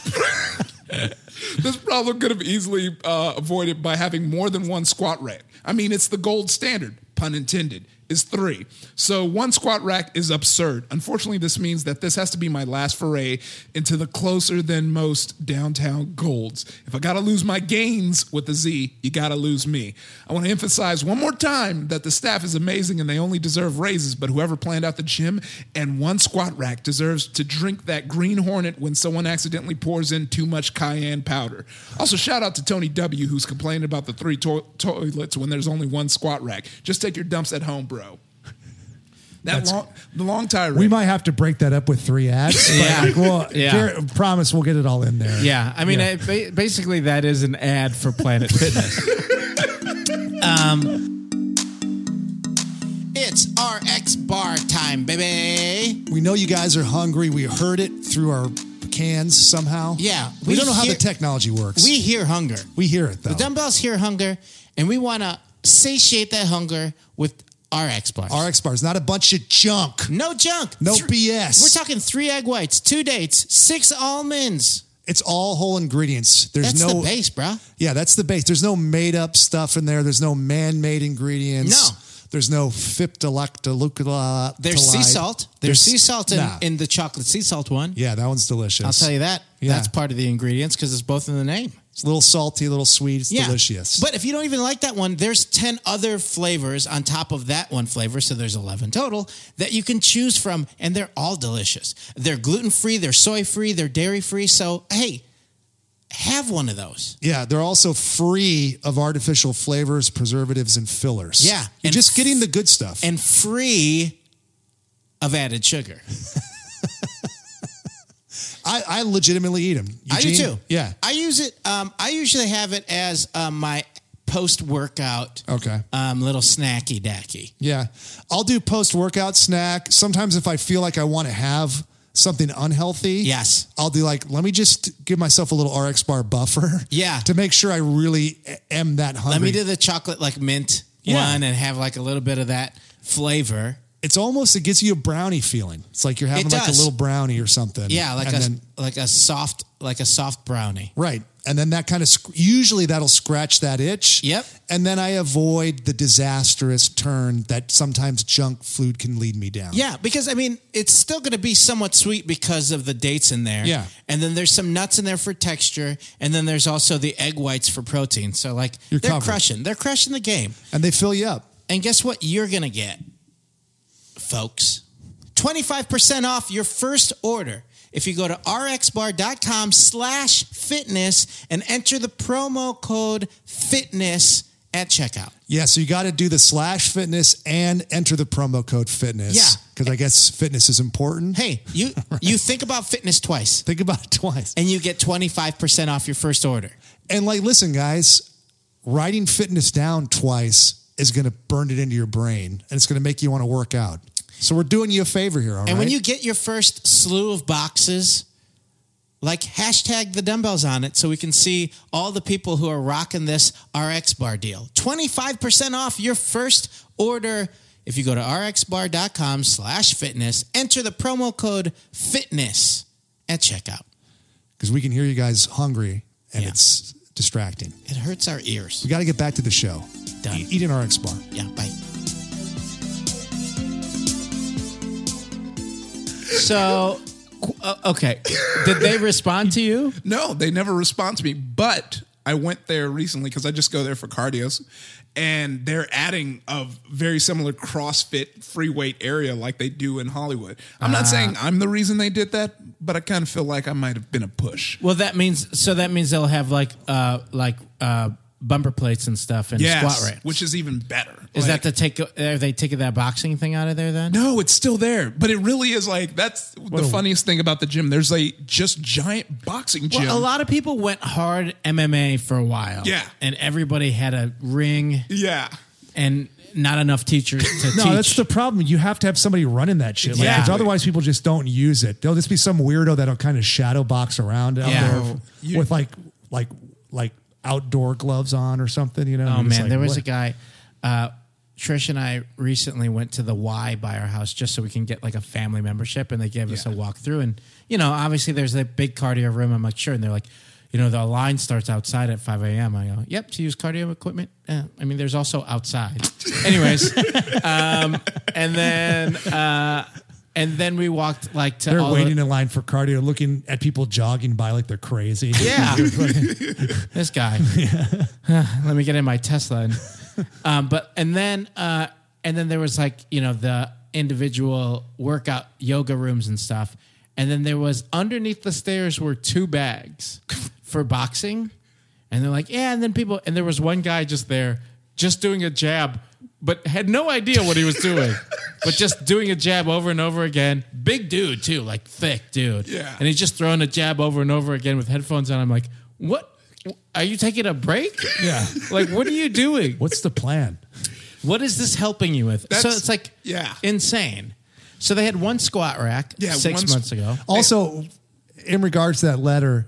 this problem could have easily uh, avoided by having more than one squat rack. I mean, it's the gold standard, pun intended, is three. So one squat rack is absurd. Unfortunately, this means that this has to be my last foray into the closer than most downtown golds. If I gotta lose my gains with the Z, you gotta lose me. I want to emphasize one more time that the staff is amazing and they only deserve raises, but whoever planned out the gym and one squat rack deserves to drink that green hornet when someone accidentally pours in too much cayenne powder. Also, shout out to Tony W., who's complaining about the three to- toilets when there's only one squat rack. Just take your dumps at home, bro. That long, the long tirade. We might have to break that up with three ads. but, Yeah. Like, well, Yeah. Garrett, promise we'll get it all in there. Yeah, I mean, I, ba- basically, that is an ad for Planet Fitness. um, it's RX bar time, baby. We know you guys are hungry. We heard it through our cans somehow. Yeah, We, we don't know how hear- the technology works. We hear hunger. we hear it though. Dumbbells hear hunger, and we want to satiate that hunger with RX bars. RX bars, not a bunch of junk. No junk. No Thr- BS. We're talking three egg whites, two dates, six almonds. It's all whole ingredients. There's That's no the base, bruh. Yeah, that's the base. There's no made up stuff in there. There's no man made ingredients. No. There's no fiptilactalucula. There's sea salt. There's, sea salt in, nah. in the chocolate sea salt one. Yeah, that one's delicious. I'll tell you that. Yeah. That's part of the ingredients because it's both in the name. It's a little salty, a little sweet. It's delicious. But if you don't even like that one, there's 10 other flavors on top of that one flavor. So there's 11 total that you can choose from, and they're all delicious. They're gluten free, they're soy free, they're dairy free. So, hey, have one of those. yeah, they're also free of artificial flavors, preservatives, and fillers. Yeah, You're and- just getting the good stuff. and free of added sugar. I, I legitimately eat them. I do too. Yeah. I use it. Um, I usually have it as um, my post workout. Okay. Um, little snacky dacky. Yeah. I'll do post workout snack. Sometimes if I feel like I want to have something unhealthy, Yes. I'll do like, let me just give myself a little RX bar buffer. Yeah. To make sure I really am that hungry. Let me do the chocolate like mint Yeah. one and have like a little bit of that flavor. it's almost, it gives you a brownie feeling. It's like you're having It like a does. little brownie or something. Yeah, like and a then- like a soft like a soft brownie. Right. And then that kind of, sc- usually that'll scratch that itch. Yep. And then I avoid the disastrous turn that sometimes junk food can lead me down. Yeah, because I mean, it's still going to be somewhat sweet because of the dates in there. Yeah. and then there's some nuts in there for texture, and then there's also the egg whites for protein. So like, You're they're covered. crushing. They're crushing the game. And they fill you up. And guess what you're going to get, folks? 25% off your first order if you go to rxbar.com slash fitness and enter the promo code fitness at checkout. Yeah, so you got to do the slash fitness and enter the promo code fitness. Yeah. because I guess fitness is important. Hey, you, you think about fitness twice think about it twice. and you get 25% off your first order. And like, listen, guys, writing fitness down twice is going to burn it into your brain, and it's going to make you want to work out. So we're doing you a favor here. all right? And when you get your first slew of boxes, like hashtag the dumbbells on it so we can see all the people who are rocking this RX bar deal. 25% off your first order if you go to rxbar.com slash fitness, enter the promo code fitness at checkout. because we can hear you guys hungry, and Yeah. it's distracting. It hurts our ears. We got to get back to the show. E-, Done. Eat, eat an RX bar. Yeah, bye. So, qu- uh, okay. Did they respond to you? No, they never respond to me. But I went there recently because I just go there for cardios, and they're adding a very similar CrossFit free weight area like they do in Hollywood. I'm Ah. not saying I'm the reason they did that, but I kind of feel like I might have been a push. Well, that means so that means they'll have like uh like uh bumper plates and stuff and Yes, squat racks. which is even better. is Like- that the take? Are they taking that boxing thing out of there then? No, it's still there, but it really is like that's the funniest thing about the gym. There's a just giant boxing gym. Well, a lot of people went hard MMA for a while. Yeah. and everybody had a ring yeah. and not enough teachers to No, teach. that's the problem. You have to have somebody running that shit. Like, Exactly. if Otherwise, people just don't use it. There'll just be some weirdo that'll kind of shadow box around out Yeah. there with like like like outdoor gloves on or something. You know? Oh You're just man, like, there was what? a guy. Uh, Trish and I recently went to the Y by our house just so we can get like a family membership, and they gave us a walkthrough. And you know, obviously, there's a big cardio room. I'm like, sure. And they're like, you know, the line starts outside at 5 a.m. I go, yep, to use cardio equipment. Uh, I mean, there's also outside. Anyways, um, and then uh, and then we walked like to They're all the- waiting in line for cardio, looking at people jogging by like they're crazy. yeah. this guy. Let me get in my Tesla. And, um, but and then uh, and then there was like you know the individual workout yoga rooms and stuff. And then there was underneath the stairs were two bags for boxing. And they're like, yeah. And then people and there was one guy just there, just doing a jab, but had no idea what he was doing. But just doing a jab over and over again. Big dude, too, like thick dude. Yeah. And he just throwing a jab over and over again with headphones on. I'm like, what? Are you taking a break? Yeah. Like, what are you doing? What's the plan? What is this helping you with? so That's- it's like, yeah. insane. So they had one squat rack Yeah, six one squ- months ago. Also, in regards to that letter,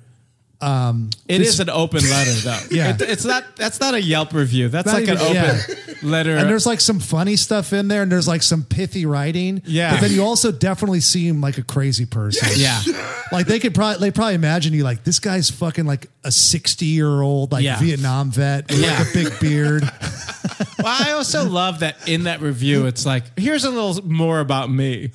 It is an open letter, though. Yeah. It- it's not. That's not a Yelp review. That's Not like an even- open yeah. letter. And there's like some funny stuff in there, and there's like some pithy writing. Yeah. But then you also definitely seem like a crazy person. Yeah. Like they could probably they probably imagine you like this guy's fucking like a sixty year old like Yeah. Vietnam vet with Yeah. like a big beard. well, I also love that in that review, it's like, here's a little more about me.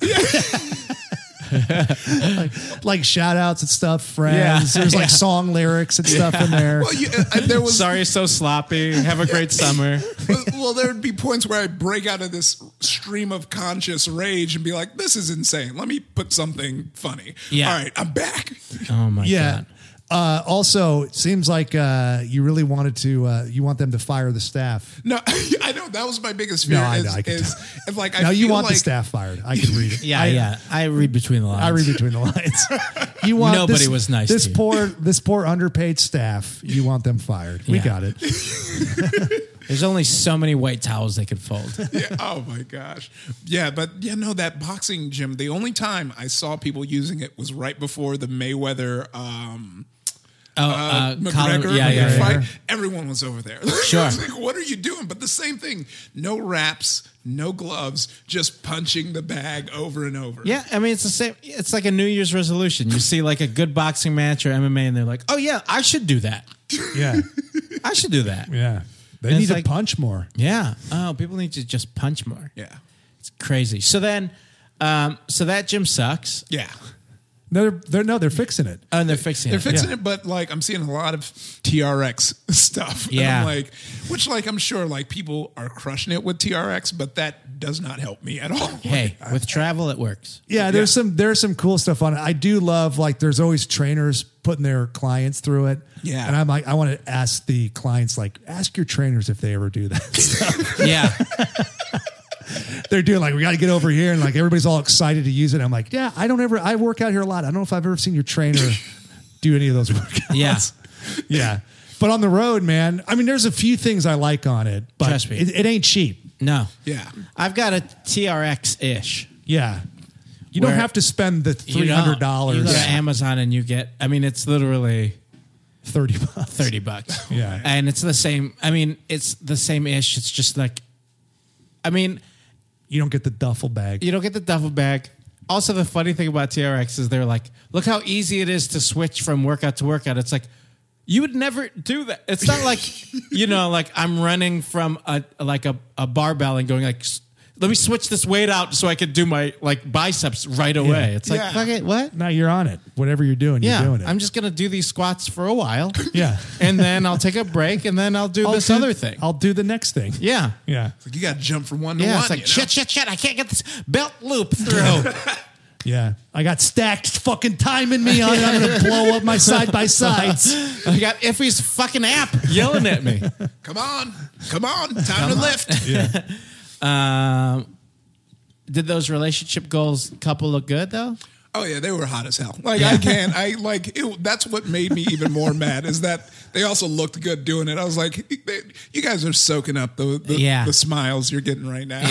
like shout outs and stuff, friends. There's like song lyrics and stuff in there. Well, you, uh, there was Sorry, so sloppy. Have a great summer. well, well, there would be points where I break out of this stream of conscious rage and be like, "This is insane. Let me put something funny." Yeah. All right, I'm back. Oh my yeah. Uh, also, it seems like uh, you really wanted to. Uh, you want them to fire the staff. No, I know that was my biggest fear. No, I is, know, I can is, tell. if, like I now you feel want like, the staff fired. I can read it. Yeah, I, yeah. I read between the lines. I read between the lines. You want Nobody this- was nice This to you. poor, this poor underpaid staff. You want them fired. We Yeah. got it. There's only so many white towels they could fold. Yeah, oh my gosh. Yeah, but yeah, no, that boxing gym. The only time I saw people using it was right before the Mayweather. Um, Oh, uh, uh, McGregor Colin, yeah, McGregor yeah, fight. yeah. Everyone was over there. Sure. It's like, what are you doing? But the same thing. No wraps, no gloves, just punching the bag over and over. Yeah, I mean it's the same. It's like a New Year's resolution. You see like a good boxing match or MMA, and they're like, "Oh yeah, I should do that. Yeah, I should do that." yeah. They And need it's to like- punch more. Yeah. Oh, people need to just punch more. Yeah. It's crazy. So then, um, so that gym sucks, Oh, Yeah. No, they're, they're no, they're fixing it. and they're fixing They're it. fixing it, but like I'm seeing a lot of TRX stuff. And Yeah. I'm like, which like I'm sure like people are crushing it with TRX, but that does not help me at all. Hey, with travel, it works. Yeah, there's some there's some cool stuff on it. I do love like there's always trainers putting their clients through it. Yeah. and I'm like I want to ask the clients like ask your trainers if they ever do that. Yeah. They're doing like we got to get over here and like everybody's all excited to use it. I'm like yeah, I don't ever I work out here a lot. I don't know if I've ever seen your trainer do any of those workouts. Yeah. yeah. But on the road, man, I mean, there's a few things I like on it, but Trust me. It, it ain't cheap. No. Yeah. I've got a TRX ish. Yeah. You Where- don't have to spend the You three don't. hundred You dollars, go to Amazon and you get. I mean, it's literally thirty bucks. thirty bucks. Yeah. And it's the same. I mean, it's the same ish. It's just like, I mean, You don't get the duffel bag. you don't get the duffel bag. Also, the funny thing about TRX is they're like, look how easy it is to switch from workout to workout. It's like, you would never do that. It's not like, you know, like I'm running from a like a, a barbell and going like, "S- let me switch this weight out so I could do my like biceps right away. It's like, Yeah. fuck it, what? Now you're on it. Whatever you're doing, Yeah, you're doing it. I'm just gonna do these squats for a while, yeah. and then I'll take a break, and then I'll do I'll this do- other thing. I'll do the next thing. yeah, Yeah. It's like you gotta jump from one to yeah. one. It's like you know? shit, shit, shit. I can't get this belt loop through. Yeah. I got stacked fucking time in me on it. I'm going to blow up my side by sides. I got Iffy's fucking app yelling at me. Come on, come on, time to lift. Um, did those relationship goals couple look good though? Oh yeah, they were hot as hell. Like I can't. I like it, that's what made me even more mad is that they also looked good doing it. I was like, they- you guys are soaking up the the, Yeah. the smiles you're getting right now.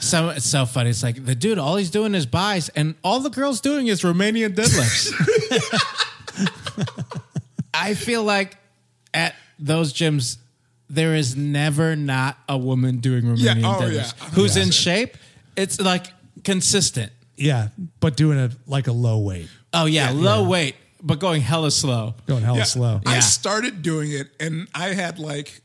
so it's so funny. It's like the dude, all he's doing is buys, and all the girls doing is Romanian deadlifts. I feel like at those gyms, there is never not a woman doing Romanian Yeah, oh, yeah. deadlifts who's in Yeah. shape. It's like consistent. Yeah. But doing it like a low weight, Oh yeah, low weight, but going hella slow. going hella Yeah. slow. I Yeah. started doing it, and I had like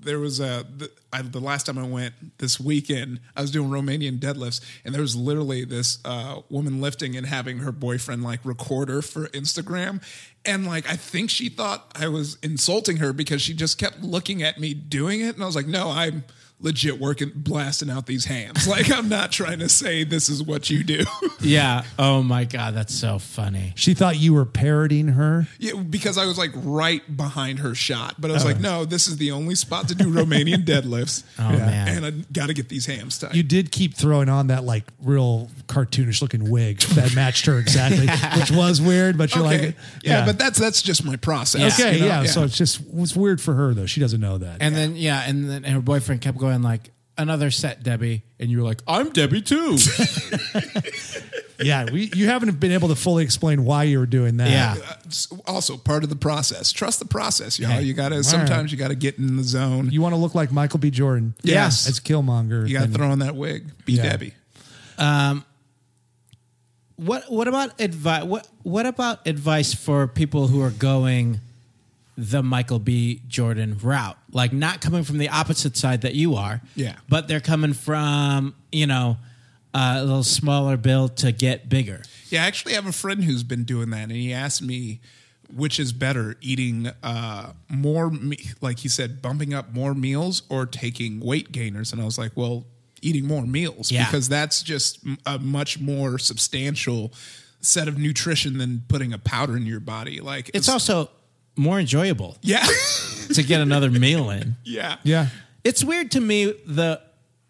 there was a the, I, the last time I went this weekend, I was doing Romanian deadlifts, and there was literally this uh, woman lifting and having her boyfriend like record her for Instagram, and like I think she thought I was insulting her because she just kept looking at me doing it, and I was like, no, I'm. Legit working, blasting out these hands. Like, I'm not trying to say this is what you do. Yeah. Oh my god, that's so funny. She thought you were parroting her. Yeah, because I was like right behind her shot, Oh. but I was like, no, this is the only spot to do Romanian deadlifts. Oh, man. And I got to get these hams tight. You did keep throwing on that like real cartoonish looking wig that matched her exactly, which was weird, but you're okay. like, yeah, but that's that's just my process. okay. you know? yeah. So it's just, it's weird for her though. She doesn't know that. And then yeah, and then her boyfriend kept going like another set, Debbie, and you were like, "I'm Debbie too." yeah, we, you haven't been able to fully explain why you were doing that. Yeah. Uh, s- also part of the process. Trust the process, y'all. You gotta sometimes you gotta get in the zone. You want to look like Michael B. Jordan. Yes. As Killmonger. You gotta then- throw on that wig. Be Debbie. What what about advice? What what about advice for people who are going the Michael B. Jordan route? Like not coming from the opposite side that you are, Yeah. But they're coming from you know uh, a little smaller build to get bigger. Yeah, I actually have a friend who's been doing that, and he asked me which is better eating uh, more, me- like he said, bumping up more meals or taking weight gainers. And I was like, well, eating more meals Yeah. because that's just m- a much more substantial set of nutrition than putting a powder in your body. Like It's also more enjoyable yeah, to get another meal in. yeah, Yeah. It's weird to me the,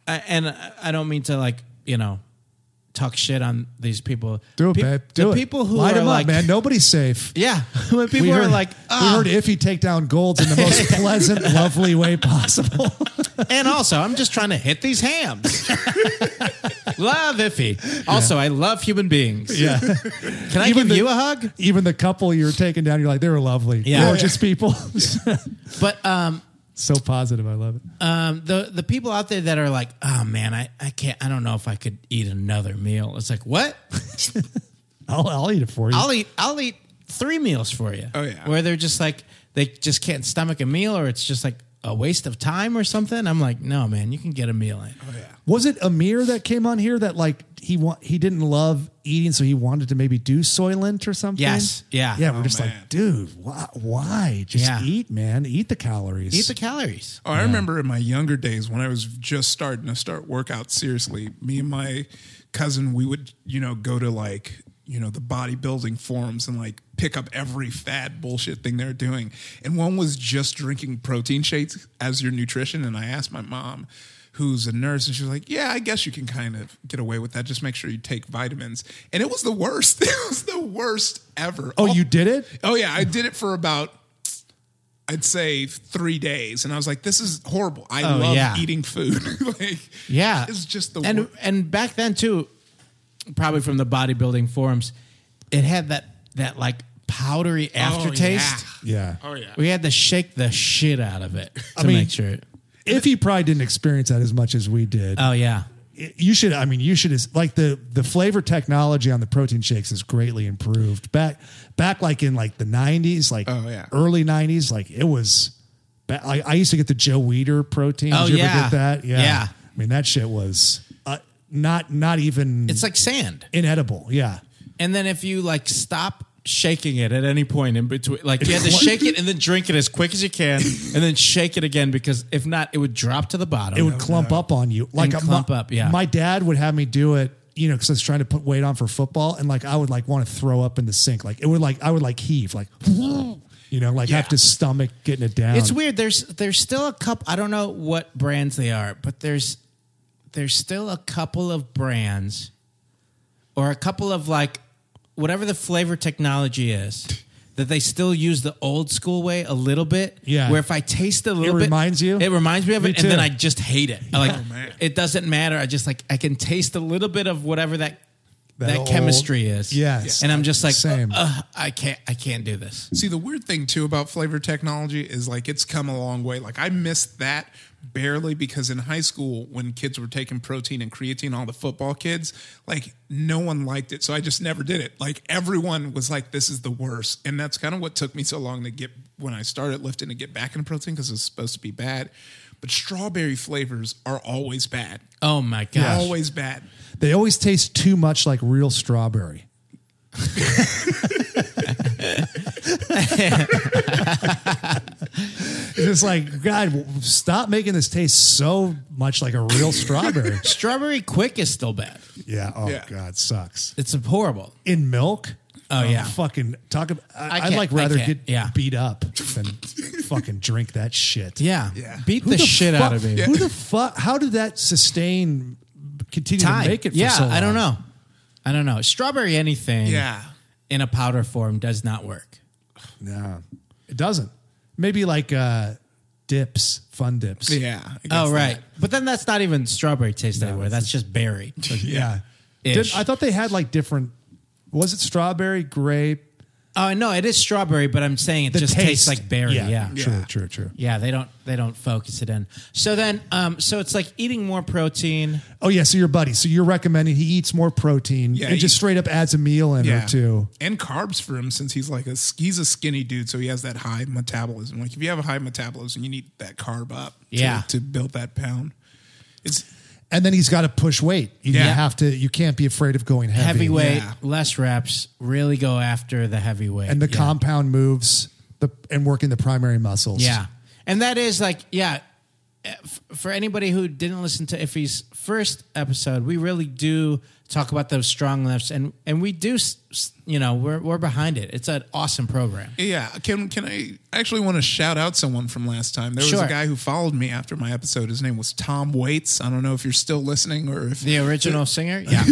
I- and I- I don't mean to like you know, talk shit on these people. Do it, Pe- babe. the Do it. people who Light are 'em up, like, man. Nobody's safe. yeah, when people we heard, are like, "Ah, we heard iffy take down golds in the most pleasant, lovely way possible. and also I'm just trying to hit these hams. love iffy. Also, I love human beings. Yeah. Can I give Even the- you a hug? Even the couple you were taking down, you're like, they were lovely, Yeah. gorgeous people. But um, so positive, I love it. um, the the people out there that are like, oh man, I, I can't, I don't know if I could eat another meal. It's like what? I'll, I'll eat it for you. I'll eat I'll eat three meals for you. Oh, yeah. Where they're just like they just can't stomach a meal or it's just like a waste of time or something. I'm like, no, man, you can get a meal in. Oh yeah. Was it Amir that came on here that like he wa- he didn't love eating, so he wanted to maybe do Soylent or something? Yes. Yeah. Yeah. We're just man. like, dude, why? why? Just Yeah. eat, man. Eat the calories. Eat the calories. Oh, I remember in my younger days when I was just starting to start workouts seriously, me and my cousin, we would, you know, go to like, you know, the bodybuilding forums and like pick up every fad bullshit thing they're doing. And one was just drinking protein shakes as your nutrition. And I asked my mom, who's a nurse, and she was like, Yeah, I guess you can kind of get away with that. Just make sure you take vitamins. And it was the worst. It was the worst ever. oh, you did it. Oh yeah, I did it for about I'd say three days, and I was like, "This is horrible. I Oh, love yeah. eating food. like, Yeah. it's just the and wor- and back then too, probably from the bodybuilding forums, it had that that like powdery aftertaste. Yeah. Oh yeah. We had to shake the shit out of it to mean- make sure. It, If he probably didn't experience that as much as we did, oh yeah. you should i mean you should like the the flavor technology on the protein shakes is greatly improved back back like in like the 90s like Oh, yeah. early 90s like it was ba- I, I used to get the joe weeder protein Oh, did yeah. you ever get that Yeah. i mean that shit was uh, not not even It's like sand. inedible yeah And then if you like stop shaking it at any point in between, like you had to shake it and then drink it as quick as you can, and then shake it again because if not, it would drop to the bottom. it would clump up on you like Oh, And a- clump my, up, yeah. my dad would have me do it you know because i was trying to put weight on for football and like i would like want to throw up in the sink like it would like i would like heave like you know like have to stomach getting it down It's weird. There's there's still a couple. I don't know what brands they are, but there's there's still a couple of brands, or a couple of like whatever the flavor technology is. That they still use the old school way a little bit. Yeah. Where if I taste a little bit, reminds you? It reminds me of Me it, and then too. Oh, I just hate it. I Like man. it doesn't matter. I just like I can taste a little bit of whatever that that, That old- chemistry is. Yes. And I'm just like, uh, Same. "Ugh, I can't. I can't do this. See, the weird thing too about flavor technology is like it's come a long way. Like I missed that barely because in high school, when kids were taking protein and creatine, all the football kids, like no one liked it. So I just never did it. Like everyone was like, this is the worst. And that's kind of what took me so long to get when I started lifting to get back into protein because it's supposed to be bad. But strawberry flavors are always bad. Oh my gosh. Always bad. they always taste too much like real strawberry it's just like god stop making this taste so much like a real strawberry Strawberry quick is still bad. yeah oh Yeah. god sucks It's horrible. in milk. Oh, yeah. fucking talk about. I I, can't- I'd like I rather can't, get yeah. beat up than fucking drink that shit. Yeah. Yeah. Beat the, Who shit fuck- out of me. Who the fuck? How did that sustain? Continue to Time. make it. For yeah, so I don't long? know. I don't know. Strawberry anything Yeah. in a powder form does not work. No, it doesn't. Maybe like uh dips, fun dips. Yeah. I guess Oh, right. that. But then that's not even strawberry taste anywhere. That's just berry. yeah. Ish. Did- I thought they had like different. Was it strawberry, grape? Oh no, it is strawberry, but I'm saying it The just tastes taste. like berry. Yeah. True, true, true. Yeah, they don't they don't focus it in. So then, um, so it's like eating more protein. Oh yeah, so your buddy. So you're recommending he eats more protein Yeah, and just he- straight up adds a meal in Yeah. or two. And carbs for him since he's like a he's a skinny dude, so he has that high metabolism. Like if you have a high metabolism, you need that carb up to, Yeah. to build that pound. It's And then he's got to push weight. You Yeah. have to. You can't be afraid of going heavy. Heavyweight, yeah. less reps. Really go after the heavyweight and the yeah. compound moves the and working the primary muscles. Yeah, and that is like yeah. eh, f- For anybody who didn't listen to Iffy's first episode, we really do talk about those strong lifts, and and we do, s- s- you know, we're we're behind it. It's an awesome program. Yeah, can can I I actually want to shout out someone from last time? There was Sure. a guy who followed me after my episode. His name was Tom Waits. I don't know if you're still listening or if The original singer, yeah,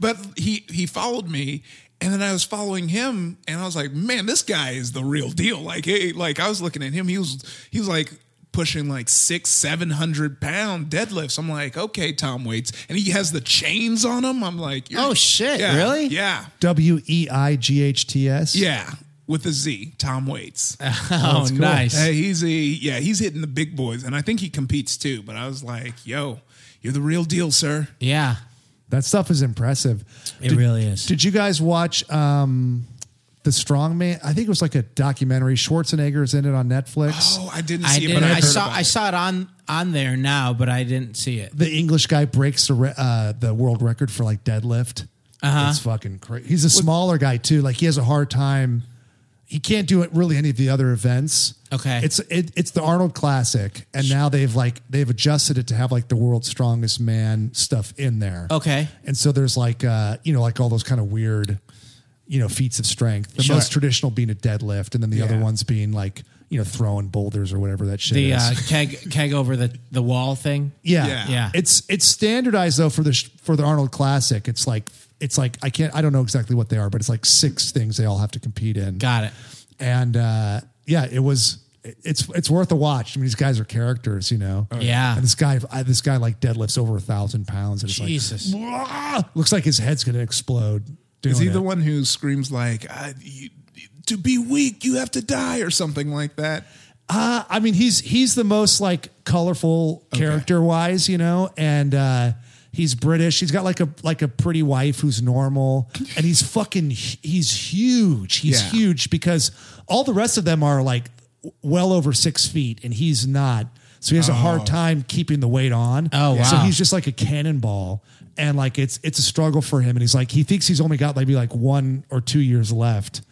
but he he followed me and then I was following him and I was like, "Man, this guy is the real deal." Like, hey, like I was looking at him. He was he was like pushing like 6 700 pound deadlifts. I'm like, "Okay, Tom Waits." And he has the chains on him. I'm like, you're- Oh, shit, Yeah, really? Yeah. W e i g h t s. Yeah. With a Z, Tom Waits. oh nice. Hey, he's a yeah, he's hitting the big boys, and I think he competes too. But I was like, yo, you're the real deal, sir. Yeah, that stuff is impressive. it really is. Did you guys watch um, the Strongman? I think it was like a documentary. Schwarzenegger's in it on Netflix. Oh, I didn't I see it, did. but I, I heard saw. about I it. saw it on on there now, but I didn't see it. The English guy breaks the re- uh, the world record for like deadlift. Uh-huh. It's fucking crazy. He's a smaller guy too. Like he has a hard time. He can't do it really any of the other events. Okay. it's it, it's the Arnold Classic, and now they've like they've adjusted it to have like the world's strongest man stuff in there. Okay. and so there's like uh you know like all those kind of weird you know feats of strength. The Sure. most traditional being a deadlift, and then the other ones being like you know throwing boulders or whatever that shit The is. uh, keg keg over the the wall thing. Yeah. Yeah. Yeah. It's it's standardized though for the sh- for the Arnold Classic. It's like it's like I can't I don't know exactly what they are, but it's like six things they all have to compete in. Got it. And uh, yeah, it was it's it's worth a watch. I mean, these guys are characters, you know. Oh, Yeah. And this guy I, this guy like deadlifts over a thousand pounds, and it's Jesus. like "Wah!" looks like his head's gonna explode. Doing Is he it. the one who screams like, I, you, "To be weak, you have to die" or something like that? Uh, I mean, he's he's the most like colorful character wise, you know, and uh, he's British. He's got like a like a pretty wife who's normal, and he's fucking he's huge. He's Yeah. huge because all the rest of them are like well over six feet, and he's not. So he has a hard time keeping the weight on. Oh, So wow. he's just like a cannonball, and like it's it's a struggle for him. And he's like he thinks he's only got maybe like one or two years left,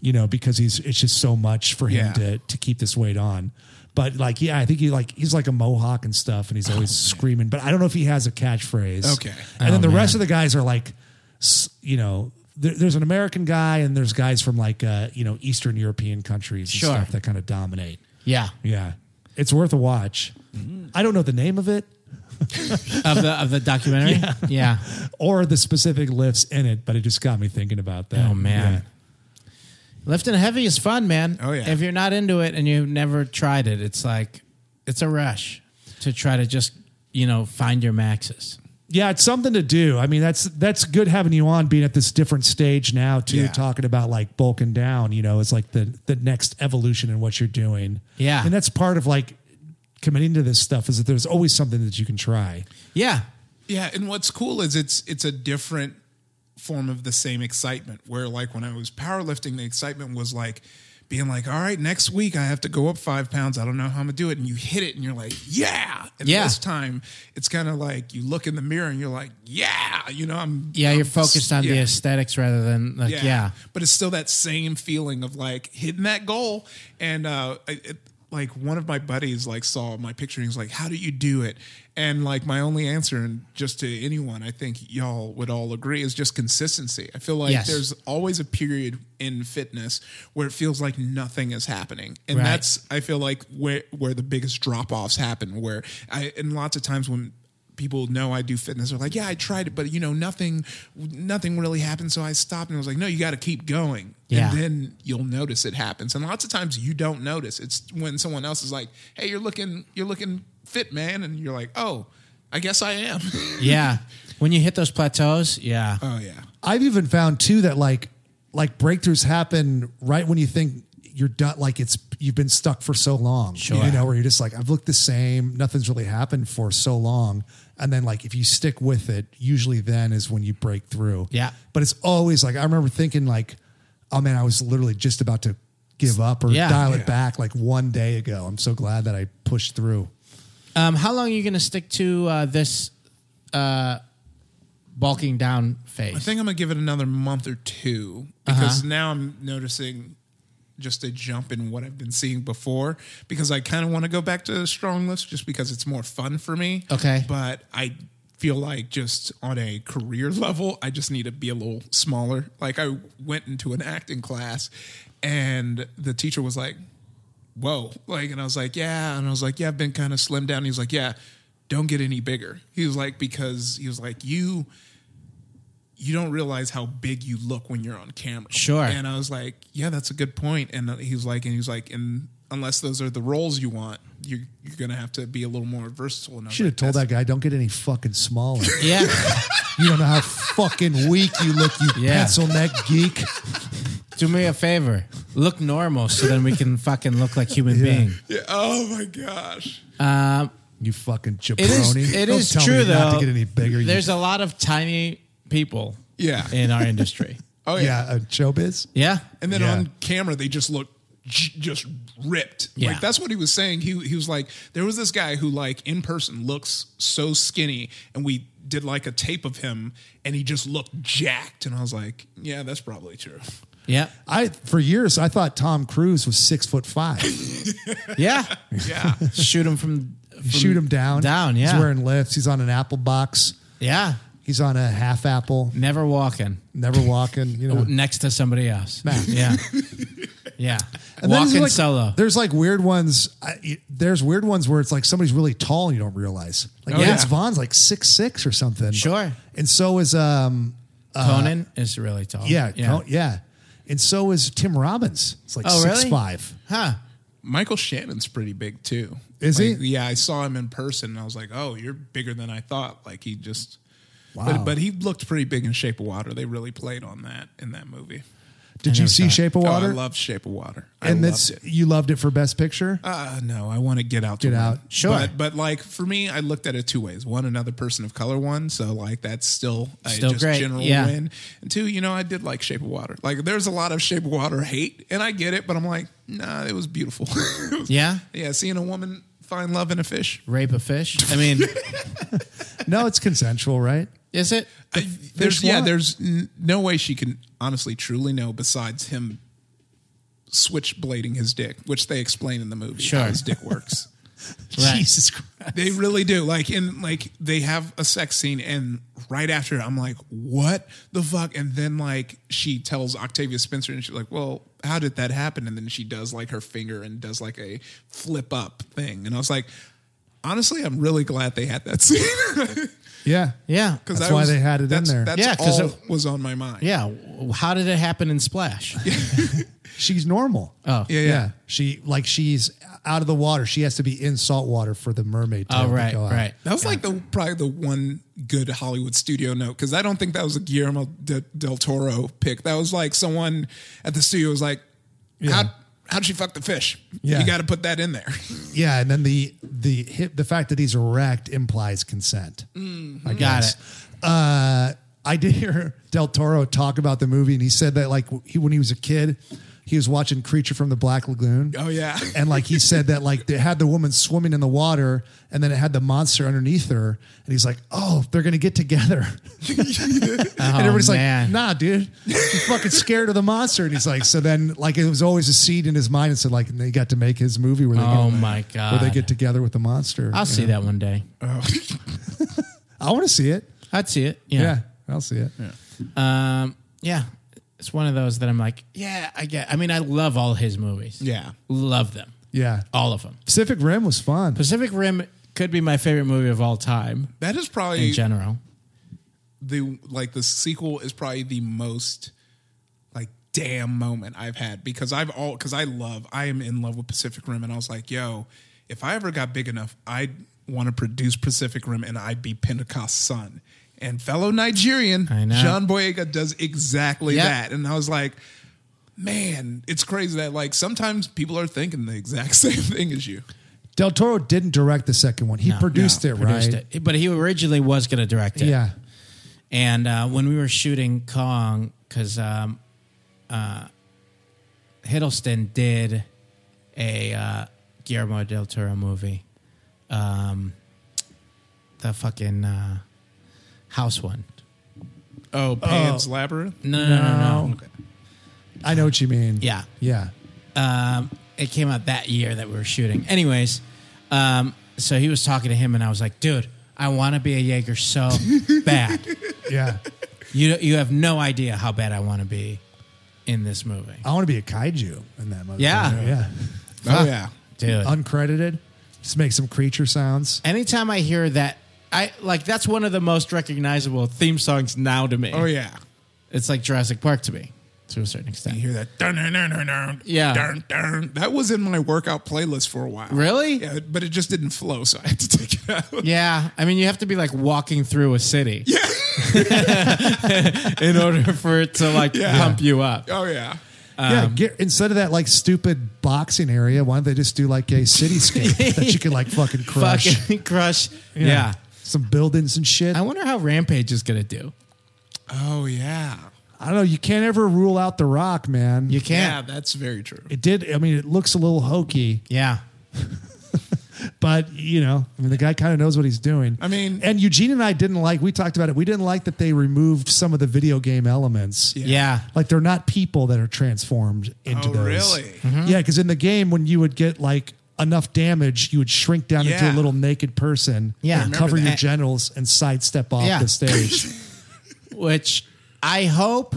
you know, because he's it's just so much for him Yeah. to to keep this weight on. But like, yeah, I think he like he's like a mohawk and stuff, and he's always screaming. But I don't know if he has a catchphrase. Oh, Okay. Oh, and then the rest of the guys are like, s- you know, there, there's an American guy and there's guys from like uh, you know Eastern European countries and Sure. stuff that kind of dominate. Yeah. Yeah, it's worth a watch. Mm-hmm. I don't know the name of it Of the of the documentary. Yeah. or the specific lifts in it, but it just got me thinking about that. Oh man. Lifting heavy is fun, man. Oh, yeah. If you're not into it and you've never tried it, it's like it's a rush to try to just you know find your maxes. yeah, it's something to do. I mean, that's that's good having you on, being at this different stage now too, Yeah. talking about like bulking down. You know, it's like the the next evolution in what you're doing. Yeah. and that's part of like committing to this stuff is that there's always something that you can try. Yeah. Yeah, and what's cool is it's it's a different form of the same excitement. Where like when I was powerlifting, the excitement was like being like, "All right, next week I have to go up five pounds. I don't know how I'm gonna do it." And you hit it, and you're like, "Yeah!" And Yeah. this time, it's kind of like you look in the mirror and you're like, "Yeah," you know, I'm Yeah. I'm You're focused on the yeah. aesthetics rather than like yeah. But it's still that same feeling of like hitting that goal. And uh, I- it, like one of my buddies like saw my picture and he's like, "How do you do it?" And like my only answer, and just to anyone, I think y'all would all agree, is just consistency. I feel like Yes. there's always a period in fitness where it feels like nothing is happening, and Right. that's I feel like where where the biggest drop offs happen. Where I and lots of times when people know I do fitness, they're like, "Yeah, I tried it, but you know, nothing, nothing really happened." So I stopped and I was like, "No, you got to keep going, Yeah. and then you'll notice it happens." And lots of times you don't notice. It's when someone else is like, "Hey, you're looking, you're looking fit, man," and you're like, "Oh." I I guess I am. yeah. When you hit those plateaus, yeah. oh yeah. I've even found too that like like breakthroughs happen right when you think you're done like it's you've been stuck for so long. Sure. You know, where you're just like, I've looked the same, nothing's really happened for so long. And then like if you stick with it, usually then is when you break through. Yeah. But it's always like I remember thinking like, oh man, I was literally just about to give up or Yeah. dial Yeah. it back like one day ago. I'm so glad that I pushed through. Um, how long are you going to stick to uh, this uh, bulking down phase? I think I'm gonna give it another month or two because now I'm noticing just a jump in what I've been seeing before because I kind of want to go back to strong lifts just because it's more fun for me. Okay. but I feel like just on a career level, I just need to be a little smaller. Like I went into an acting class, and the teacher was like, whoa. Like, and I was like, yeah. And I was like, yeah, I've been kind of slimmed down. He was like, yeah, don't get any bigger. He was like, because he was like, you, you don't realize how big you look when you're on camera. Sure. And I was like, yeah, that's a good point. And he was like, and he was like, and unless those are the roles you want, you're, you're going to have to be a little more versatile. And I was Should have like, told "That's- that guy, don't get any fucking smaller. yeah. you don't know how fucking weak you look, you Yeah. pencil neck geek. Do me a favor. Look normal so then we can fucking look like human beings. Yeah. Oh my gosh. You fucking jabroni. It is. It Don't is tell me true though. not to get any bigger. you- There's a lot of tiny people. Yeah. In our industry. Oh yeah. yeah, a showbiz. yeah. And then Yeah. on camera, they just look j- just ripped. Yeah. Like that's what he was saying. He he was like, there was this guy who like in person looks so skinny, and we did like a tape of him, and he just looked jacked. And I was like, yeah, that's probably true. Yeah. I for years I thought Tom Cruise was six foot five. Yeah. Yeah. Shoot him from, from Shoot him down. Down. Yeah. He's wearing lifts. He's on an apple box. yeah. He's on a half apple. Never walking Never walking. You know. next to somebody else. Nah. Yeah. Yeah. And then there's walking like- solo. There's like weird ones. I, there's weird ones where it's like somebody's really tall and you don't realize. Like Oh, Vince yeah. Vaughn's like six six or something. Sure. And so is um Conan is really tall. yeah Yeah. Con- yeah, and so is Tim Robbins. It's like Oh, six really? five. Huh. Michael Shannon's pretty big too. Is he? Like, Yeah, I saw him in person, and I was like, oh, you're bigger than I thought. Like he just. Wow. But, but he looked pretty big in Shape of Water. They really played on that in that movie. Did you see Shape of Oh, Water? I love Shape of Water. I and loved that's it. you loved it for Best Picture. Uh, no, I want to get out. to Get win. out. Sure. But, but like for me, I looked at it two ways. One, another person of color won. So like that's still a Still just great, general yeah. win. And two, you know, I did like Shape of Water. Like there's a lot of Shape of Water hate, and I get it, but I'm like, nah, it was beautiful. Yeah. yeah, seeing a woman find love in a fish. Rape a fish. I mean, no, it's consensual, right? is it? I- there's yeah, what? there's n- no way she can honestly truly know besides him switchblading his dick, which they explain in the movie Sure. how his dick works. Right. Jesus Christ! They really do. Like in like they have a sex scene and right after I'm like, what the fuck? And then like she tells Octavia Spencer and she's like, Well, how did that happen? And then she does like her finger and does like a flip up thing. And I was like, honestly, I'm really glad they had that scene. Yeah, Yeah. Because That's why they had it in there. That's Yeah, 'cause all it- was on my mind. Yeah. W- How did it happen in Splash? she's normal. Oh. Yeah, yeah. She like she's out of the water. She has to be in salt water for the mermaid. To Oh, to right, go out. right. That was like the probably the one good Hollywood studio note because I don't think that was a Guillermo de, del Toro pick. That was like someone at the studio was like, "How how'd she fuck the fish? Yeah. You got to put that in there." Yeah, and then the the hip, the fact that he's erect implies consent. I Got guess. Uh, I did hear Del Toro talk about the movie, and he said that like he, when he was a kid, he was watching Creature from the Black Lagoon. Oh, yeah. and like he said that like they had the woman swimming in the water, and then it had the monster underneath her, and he's like, oh, they're gonna get together, and Oh, everybody's Oh, man. like, nah, dude, he's fucking scared of the monster, and he's like, so then like it was always a seed in his mind, and so like they got to make his movie where they Oh, get, my where they God. get together with the monster. I'll see that one day. I want to see it. I'd see it. Yeah. Yeah. I'll see it. Yeah. Um, yeah. It's one of those that I'm like, yeah, I get. I mean, I love all his movies. Yeah. Love them. Yeah. All of them. Pacific Rim was fun. Pacific Rim could be my favorite movie of all time that is in probably general. the like the sequel is probably the most like damn moment I've had because I've all because I love I am in love with Pacific Rim and I was like, yo, if I ever got big enough, I'd want to produce Pacific Rim and I'd be Pentecost's son. And fellow Nigerian, I know. John Boyega does exactly Yeah. that. And I was like, man, it's crazy that like sometimes people are thinking the exact same thing as you. Del Toro didn't direct the second one. He produced it, produced right? it. But he originally was going to direct it. Yeah. And uh, when we were shooting Kong, because um, uh, Hiddleston did a uh, Guillermo del Toro movie, um, the fucking uh, house one. Oh, Pan's Labyrinth? No, no, no, no. Okay. I know what you mean. Yeah. Yeah. um, it came out that year that we were shooting. Anyways, um, so he was talking to him, and I was like, dude, I want to be a Jaeger so bad. Yeah. You you have no idea how bad I want to be in this movie, I want to be a kaiju in that movie. Yeah. Yeah. Oh, yeah. dude. Uncredited. Just make some creature sounds. Anytime I hear that, I like that's one of the most recognizable theme songs now to me. Oh, yeah. it's like Jurassic Park to me, to a certain You extent. hear that? Dun, dun, dun, dun, dun, Yeah. Dun, dun. That was in my workout playlist for a while. Really? Yeah, but it just didn't flow, so I had to take it out. Yeah, I mean, you have to be like walking through a city, in order for it to like Yeah. pump you up. Oh, yeah. yeah. Um, Get, instead of that like stupid boxing area, why don't they just do like a cityscape that you can like fucking crush? Fucking crush. Yeah. Some buildings and shit. I I, wonder how Rampage is gonna do. Oh, yeah. don't know. You can't ever rule out The Rock, man. You Yeah, can't. that's very true. it did. I mean, it looks a little hokey, Yeah. but you know, I mean, the guy kind of knows what he's doing. I mean- and Eugene and I didn't like. We talked about it. We didn't like that they removed some of the video game elements. Yeah. Like they're not people that are transformed into Oh, those. Mm-hmm. really? Mm-hmm. Yeah, because in the game, when you would get like enough damage, you would shrink down into a Yeah. little naked person. Yeah. and I cover remember your that. genitals and sidestep off Yeah. the stage. Which I hope.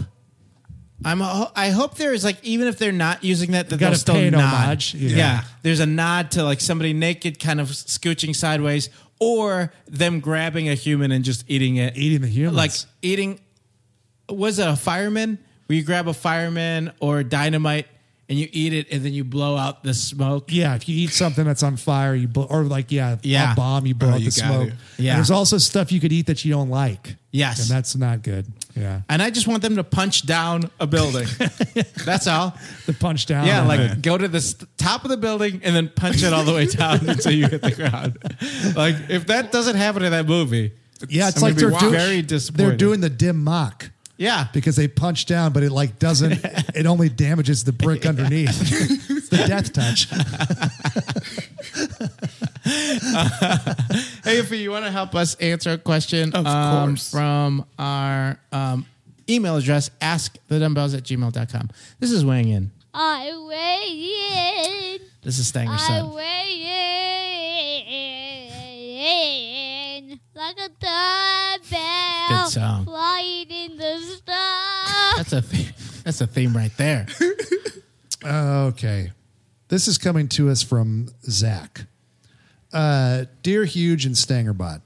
I'm. ho- I hope there is like even if they're not using that, that gotta they'll still pay an nod. homage. Yeah. Yeah. there's a nod to like somebody naked, kind of scooching sideways, or them grabbing a human and just eating it. Eating the humans. like eating. Was it a fireman? Where you grab a fireman or dynamite and you eat it, and then you blow out the smoke. yeah, if you eat something that's on fire, you blow, or like yeah, Yeah. a bomb, you blow Oh, out you the got smoke. it. And Yeah. there's also stuff you could eat that you don't like. Yes. and that's not good. Yeah, And I just want them to punch down a building. That's all. the punch down. Yeah, Oh, and like the- go to the s top of the building and then punch it all the way down until you hit the ground. Like if that doesn't happen in that movie, yeah, it's I'm like they're gonna be doing, watching. Very disappointed. They're doing the dim mock. yeah, because they punch down, but it like doesn't. it only damages the brick underneath. it's the death touch. Hey, if you want to help us answer a question Of um, course. from our um, email address, askthedumbbells at gmail.com. This is Weighing In. I weigh in. This is Stanger I Son. weigh in. Like a Good doorbell. song. Flying in the sky. That's a, th- that's a theme right there. Okay. This is coming to us from Zach. Uh, Dear Huge and Stangerbot,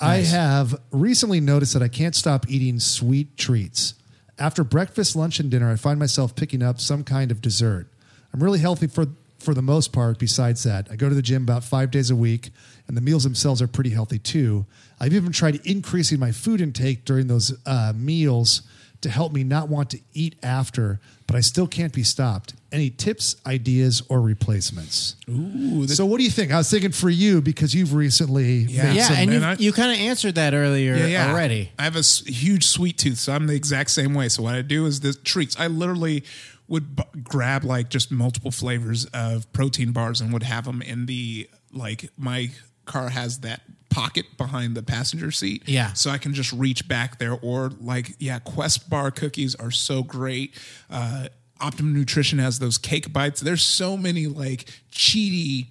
I have recently noticed that I can't stop eating sweet treats. After breakfast, lunch, and dinner, I find myself picking up some kind of dessert. I'm really healthy for, for the most part, besides that. I go to the gym about five days a week, and the meals themselves are pretty healthy too. I've even tried increasing my food intake during those uh, meals to help me not want to eat after, but I still can't be stopped. Any tips, ideas, or replacements? so, what do you think? I was thinking for you because you've recently made yeah, some. and man, you, I- you kind of answered that earlier already. I have a s- huge sweet tooth, so I'm the exact same way. So what I do is the treats. I literally would b- grab like just multiple flavors of protein bars and would have them in the like my car has that pocket behind the passenger seat. Yeah. So I can just reach back there or like yeah, Quest bar cookies are so great. Uh Optimum Nutrition has those cake bites. There's so many like cheaty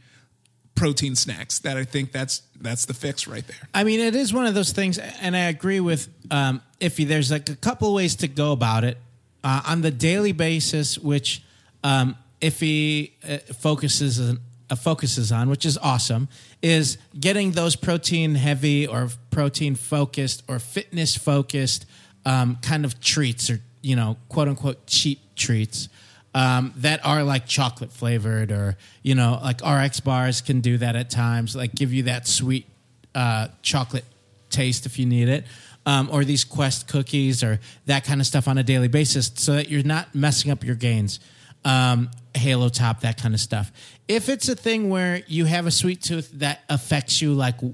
protein snacks that I think that's that's the fix right there. I mean, it is one of those things, and I agree with um, Iffy. There's like a couple ways to go about it uh, on the daily basis, which um, Iffy uh, focuses on, uh, focuses on, which is awesome, is getting those protein heavy or protein focused or fitness focused um, kind of treats or you know quote unquote cheat treats um, that are like chocolate flavored or you know like RX bars can do that at times, like give you that sweet uh, chocolate taste if you need it. Um, or these quest cookies or that kind of stuff on a daily basis so that you're not messing up your gains um, Halo Top, that kind of stuff. If it's a thing where you have a sweet tooth that affects you, like w-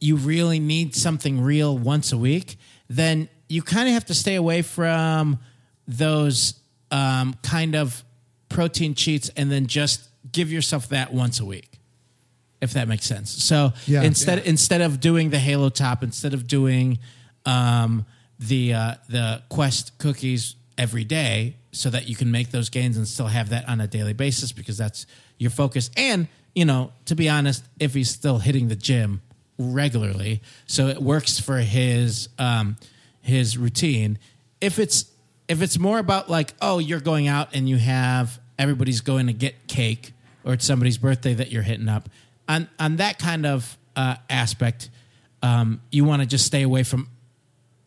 you really need something real once a week, then you kind of have to stay away from those um, kind of protein cheats and then just give yourself that once a week. If that makes sense. So Yeah. instead instead of doing the Halo Top, instead of doing um, the uh, the Quest cookies every day, so that you can make those gains and still have that on a daily basis because that's your focus. And you know, to be honest, if he's still hitting the gym regularly, so it works for his um, his routine. If it's if it's more about like, oh, you're going out and you have everybody's going to get cake or it's somebody's birthday that you're hitting up on on that kind of uh, aspect, um, you want to just stay away from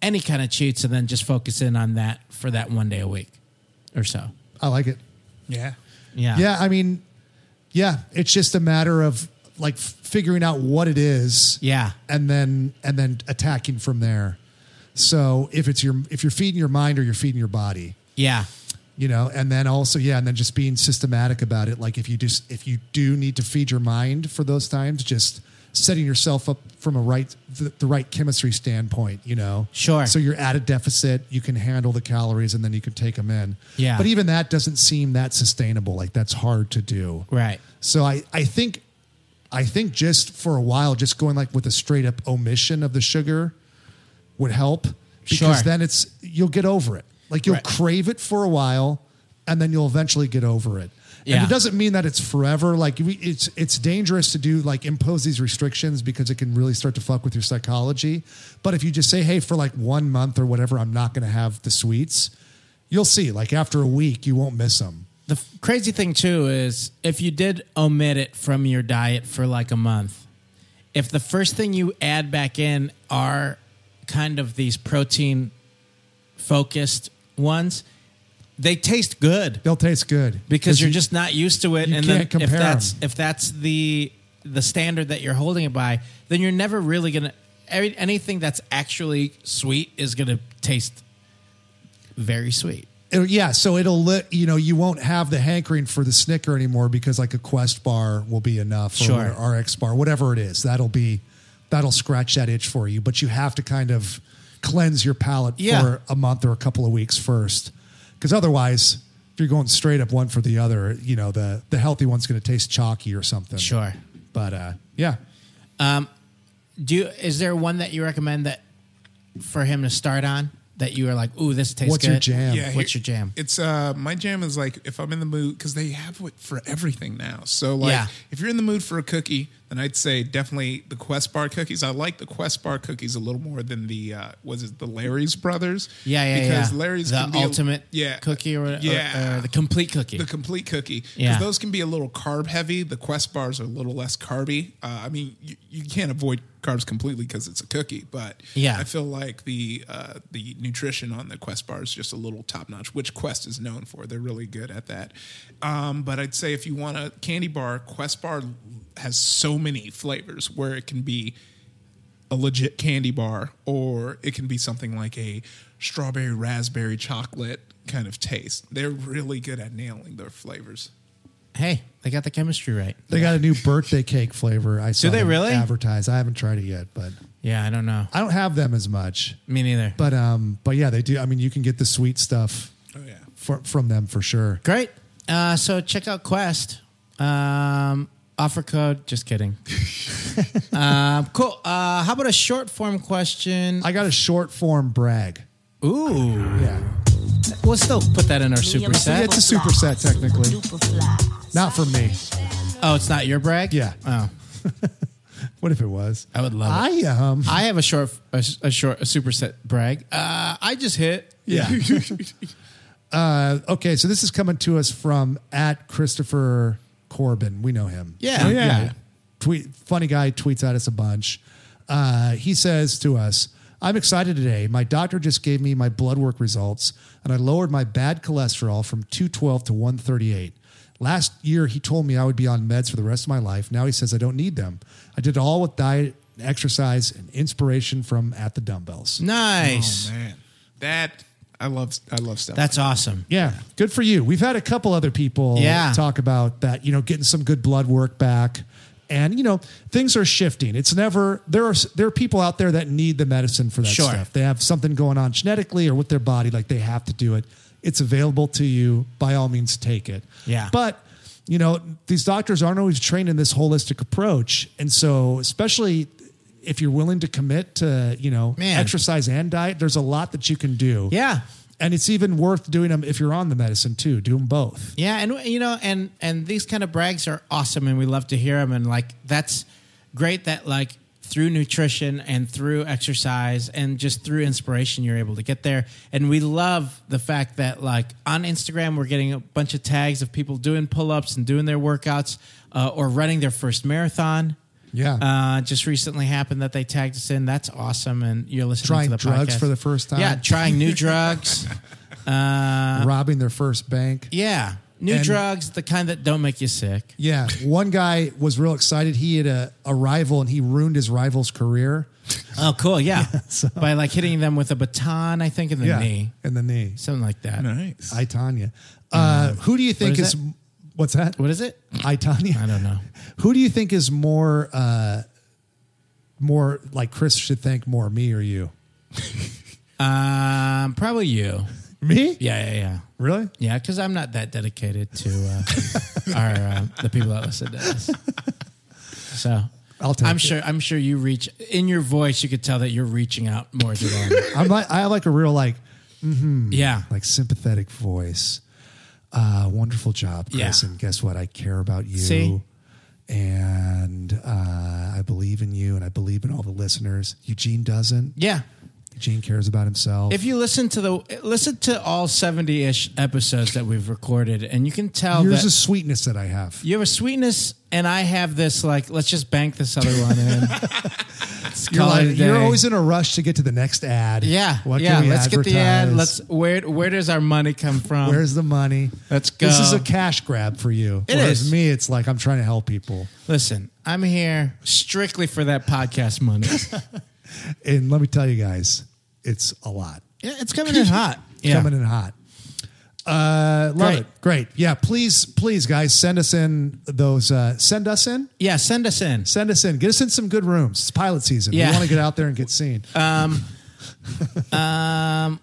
any kind of cheats and then just focus in on that for that one day a week or so. I like it. Yeah. Yeah. Yeah, I mean, yeah, it's just a matter of like f- figuring out what it is. Yeah. and then and then attacking from there. So if it's your if you're feeding your mind or you're feeding your body, Yeah. you know, and then also yeah, and then just being systematic about it. Like if you just if you do need to feed your mind for those times, just setting yourself up from a right the, the right chemistry standpoint. You know, Sure. So you're at a deficit, you can handle the calories, and then you can take them in. Yeah. but even that doesn't seem that sustainable. Like that's hard to do. Right. So I, I think I think just for a while, just going like with a straight up omission of the sugar would help because Sure. then it's you'll get over it. Like you'll Right. crave it for a while, and then you'll eventually get over it. Yeah. And it doesn't mean that it's forever. Like we, it's it's dangerous to do like impose these restrictions because it can really start to fuck with your psychology. But if you just say, hey, for like one month or whatever, I'm not going to have the sweets. You'll see. Like after a week, you won't miss them. The f- crazy thing too is if you did omit it from your diet for like a month, if the first thing you add back in are kind of these protein focused ones, they taste good They'll taste good because you're you- just not used to it you and can't then if compare that's 'em. if that's the the standard that you're holding it by, then you're never really going to anything that's actually sweet is going to taste very sweet. It'll- yeah, so it'll let you know you won't have the hankering for the Snicker anymore because like a Quest bar will be enough Sure. or an RX bar, whatever it is. That'll be that'll scratch that itch for you, but you have to kind of cleanse your palate Yeah. for a month or a couple of weeks first. Cuz otherwise, if you're going straight up one for the other, you know, the the healthy one's going to taste chalky or something. Sure. But uh yeah. Do you, is there one that you recommend that for him to start on that you are like, ooh, this tastes What's good? your jam? Yeah, What's here- your jam? It's uh, my jam is like if I'm in the mood because they have it for everything now. So like, Yeah. if you're in the mood for a cookie, then I'd say definitely the Quest bar cookies. I like the Quest bar cookies a little more than the uh, was it the Larry's Brothers? Yeah, yeah, because yeah. Larry's the can be a- ultimate yeah cookie or, or- yeah or the complete cookie. the complete cookie. 'Cause Yeah. those can be a little carb heavy. The Quest bars are a little less carby. Uh, I mean, you, you can't avoid carbs completely because it's a cookie, but Yeah. I feel like the uh, the nutrition on the Quest bar is just a little top notch, which Quest is known for. They're really good at that. Um, but I'd say if you want a candy bar, Quest bar has so many flavors where it can be a legit candy bar, or it can be something like a strawberry raspberry chocolate kind of taste. They're really good at nailing their flavors. hey, they got the chemistry right. They got a new birthday cake flavor. I saw they them really? advertise. I haven't tried it yet, but Yeah, I don't know. I don't have them as much. Me neither. But um, but yeah, they do. I mean, you can get the sweet stuff Oh yeah. for, from them for sure. Great. Uh, so check out Quest. Um, offer code. Just kidding. um, cool. Uh, how about a short form question? I got a short form brag. Ooh. Yeah, We'll still put that in our superset. it's a superset technically, not for me. Oh, it's not your brag? Yeah. Oh, What if it was? I would love it. I um, I have a short, a, a short, a superset brag. Uh, I just hit. yeah. uh, okay, so this is coming to us from at Christopher Corbin. We know him. Yeah. Oh, yeah. Tweet funny guy tweets at us a bunch. Uh, he says to us, I'm excited today. My doctor just gave me my blood work results, and I lowered my bad cholesterol from 212 to 138. Last year, he told me I would be on meds for the rest of my life. Now he says I don't need them. I did it all with diet, exercise, and inspiration from At the Dumbbells. Nice. Oh man, that I love. I love stuff. That's awesome. Yeah, good for you. We've had a couple other people Yeah. talk about that, you know, getting some good blood work back. And you know, things are shifting. It's never there are there are people out there that need the medicine for that Sure. stuff. They have something going on genetically or with their body like they have to do it. It's available to you. By all means take it. Yeah. But you know, these doctors aren't always trained in this holistic approach. And so, especially if you're willing to commit to, you know, Man. exercise and diet, there's a lot that you can do. Yeah. And it's even worth doing them if you're on the medicine too. Do them both. Yeah, and you know, and and these kind of brags are awesome, and we love to hear them. And like, that's great that like through nutrition and through exercise and just through inspiration, you're able to get there. And we love the fact that like on Instagram, we're getting a bunch of tags of people doing pull ups and doing their workouts uh, or running their first marathon. Yeah. uh, just recently happened that they tagged us in. That's awesome, and you're listening Trying to the drugs podcast. for the first time. Yeah, trying new drugs. Uh, Robbing their first bank. Yeah. New And- drugs, the kind that don't make you sick. Yeah. One guy was real excited. He had a, a rival and he ruined his rival's career. Oh, cool. Yeah. By like hitting them with a baton, I think, in the knee. In the knee. Something like that. nice. I, Tanya. Uh, who do you think Mm. what is. is that? What's that? What is it? I, Tanya. I don't know. Who do you think is more, uh, more like Chris should thank more, me or you? Um, probably you. Me? Yeah, yeah, yeah. Really? Yeah, because I'm not that dedicated to uh, our uh, the people that listen to us. So I'll take I'm it. sure. I'm sure you reach in your voice. You could tell that you're reaching out more to them. I'm like, I have like a real like, yeah, Hmm. like sympathetic voice. Uh, wonderful job, Chris. Yeah. And guess what? I care about you. See? And uh, I believe in you and I believe in all the listeners. Eugene doesn't. yeah. Eugene cares about himself. If you listen to the listen to all seventy ish episodes that we've recorded, and you can tell Here's that a sweetness that I have. you have a sweetness, and I have this like let's just bank this other one in. Let's You're, call it a like, day. you're always in a rush to get to the next ad. yeah What yeah. can we let's get the ad. advertise? Let's where where does our money come from? Where's the money? Let's This go. is a cash grab for you. It Whereas is. me, it's like I'm trying to help people. Listen, I'm here strictly for that podcast money. And let me tell you guys, it's a lot. yeah, it's coming in hot. Yeah, coming in hot. Uh, love Great. it. Great. Yeah. Please, please, guys, send us in those. Uh, send us in. yeah. Send us in. Send us in. Get us in some good rooms. It's pilot season. Yeah. Uh, We want to get out there and get seen.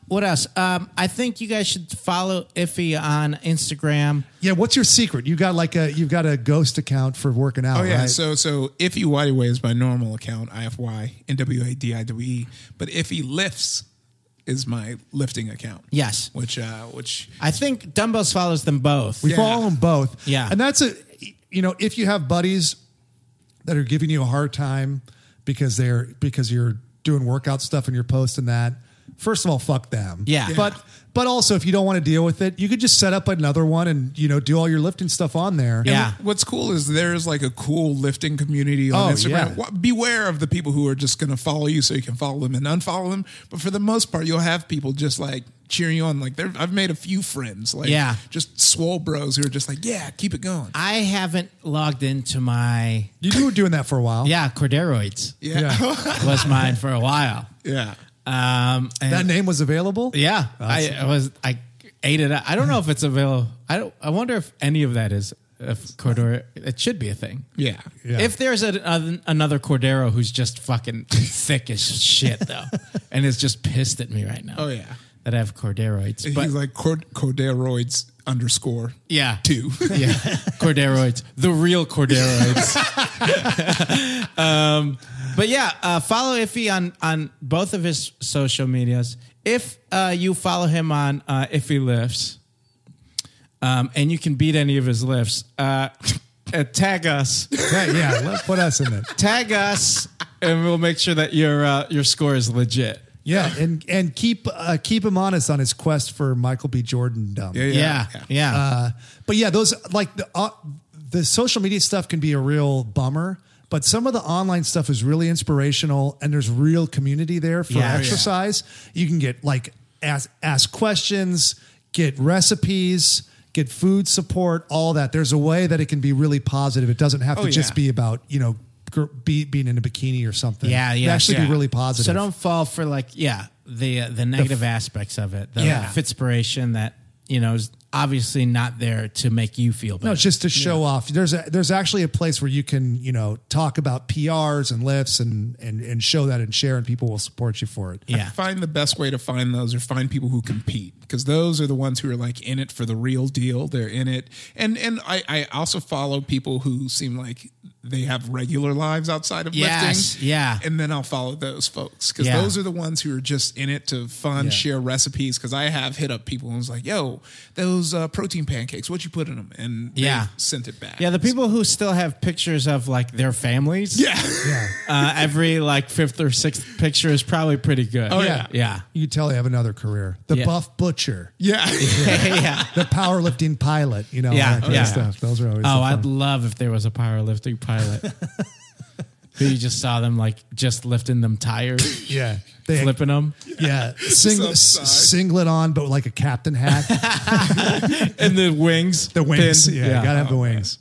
What else? Um, I think you guys should follow Iffy on Instagram. yeah. What's your secret? You got like a you've got a ghost account for working out. Oh yeah, Right? so so Iffy Wideway is my normal account, IFY N W A D I W E. But Iffy Lifts is my lifting account. Yes. which uh which I think Dumbbells follows them both. we Yeah. follow them both. Yeah. And that's a you know if you have buddies that are giving you a hard time because they're because you're doing workout stuff and you're posting that. First of all, fuck them. Yeah. Yeah. But but also if you don't want to deal with it, you could just set up another one and you know do all your lifting stuff on there. Yeah. What's cool is there's like a cool lifting community on Oh, Instagram. yeah. Wa- Beware of the people who are just going to follow you so you can follow them and unfollow them. But for the most part, you'll have people just like cheering you on. Like there, I've made a few friends, like Yeah. just swole bros who are just like, yeah, keep it going. I haven't logged into my You were doing that for a while. yeah Corderoids yeah, yeah. was mine for a while. Um, and That name was available? yeah, I, I was I ate it. up. I don't know if it's available. I don't. I wonder if any of that is if Cordero. It should be a thing. Yeah. If there's a, a- another Cordero who's just fucking thick as shit though, and is just pissed at me right now. Oh, yeah. that I have Corderoids. But He's like Cord- Corderoids underscore yeah, two. yeah, Corderoids, the real Corderoids. um, but yeah, uh, follow Iffy on on both of his social medias. If uh, you follow him on uh, Iffy Lifts, um, and you can beat any of his lifts, uh, uh, tag us, Right, yeah. Let- Put us in it. tag us, and we'll make sure that your uh, your score is legit. Yeah. And and keep uh, keep him honest on his quest for Michael B. Jordan dumb. Yeah, yeah. Uh, but yeah, those like the uh, the social media stuff can be a real bummer. But some of the online stuff is really inspirational, and there's real community there for Yeah. Oh, yeah. exercise. You can get like ask ask questions, get recipes, get food support, all that. There's a way that it can be really positive. It doesn't have to Oh, just yeah. be about you know gr- be, being in a bikini or something. Yeah, It can yeah, actually yeah. be really positive. So don't fall for like yeah the uh, the negative aspects of it. The Yeah. Fitspiration that you know is obviously not there to make you feel better. No, it's just to show off. There's a, there's actually a place where you can you know talk about PRs and lifts and and and show that and share, and people will support you for it. yeah. Find the best way to find those or find people who compete because those are the ones who are like in it for the real deal. They're in it. And and I, I also follow people who seem like they have regular lives outside of Yes, lifting. yeah. And then I'll follow those folks because Yeah. those are the ones who are just in it to fun, share recipes. Because I have hit up people and was like, yo, those uh, protein pancakes, what you put in them? And they Yeah. sent it back. Yeah, the people who still have pictures of like their families. Yeah. Uh, every like fifth or sixth picture is probably pretty good. Oh yeah. yeah, You tell they have another career. The Yeah. buff butcher, Yeah. yeah. yeah. the powerlifting pilot. You know, Yeah, that kind yeah. of stuff. Those are always. Oh, the I'd fun. love if there was a powerlifting pilot. Who you just saw them like just lifting them tires, yeah, they, flipping them, yeah, Sing, Some s- side. singlet on, but with like a captain hat. and the wings, The wings, pinned. yeah, you gotta have the wings.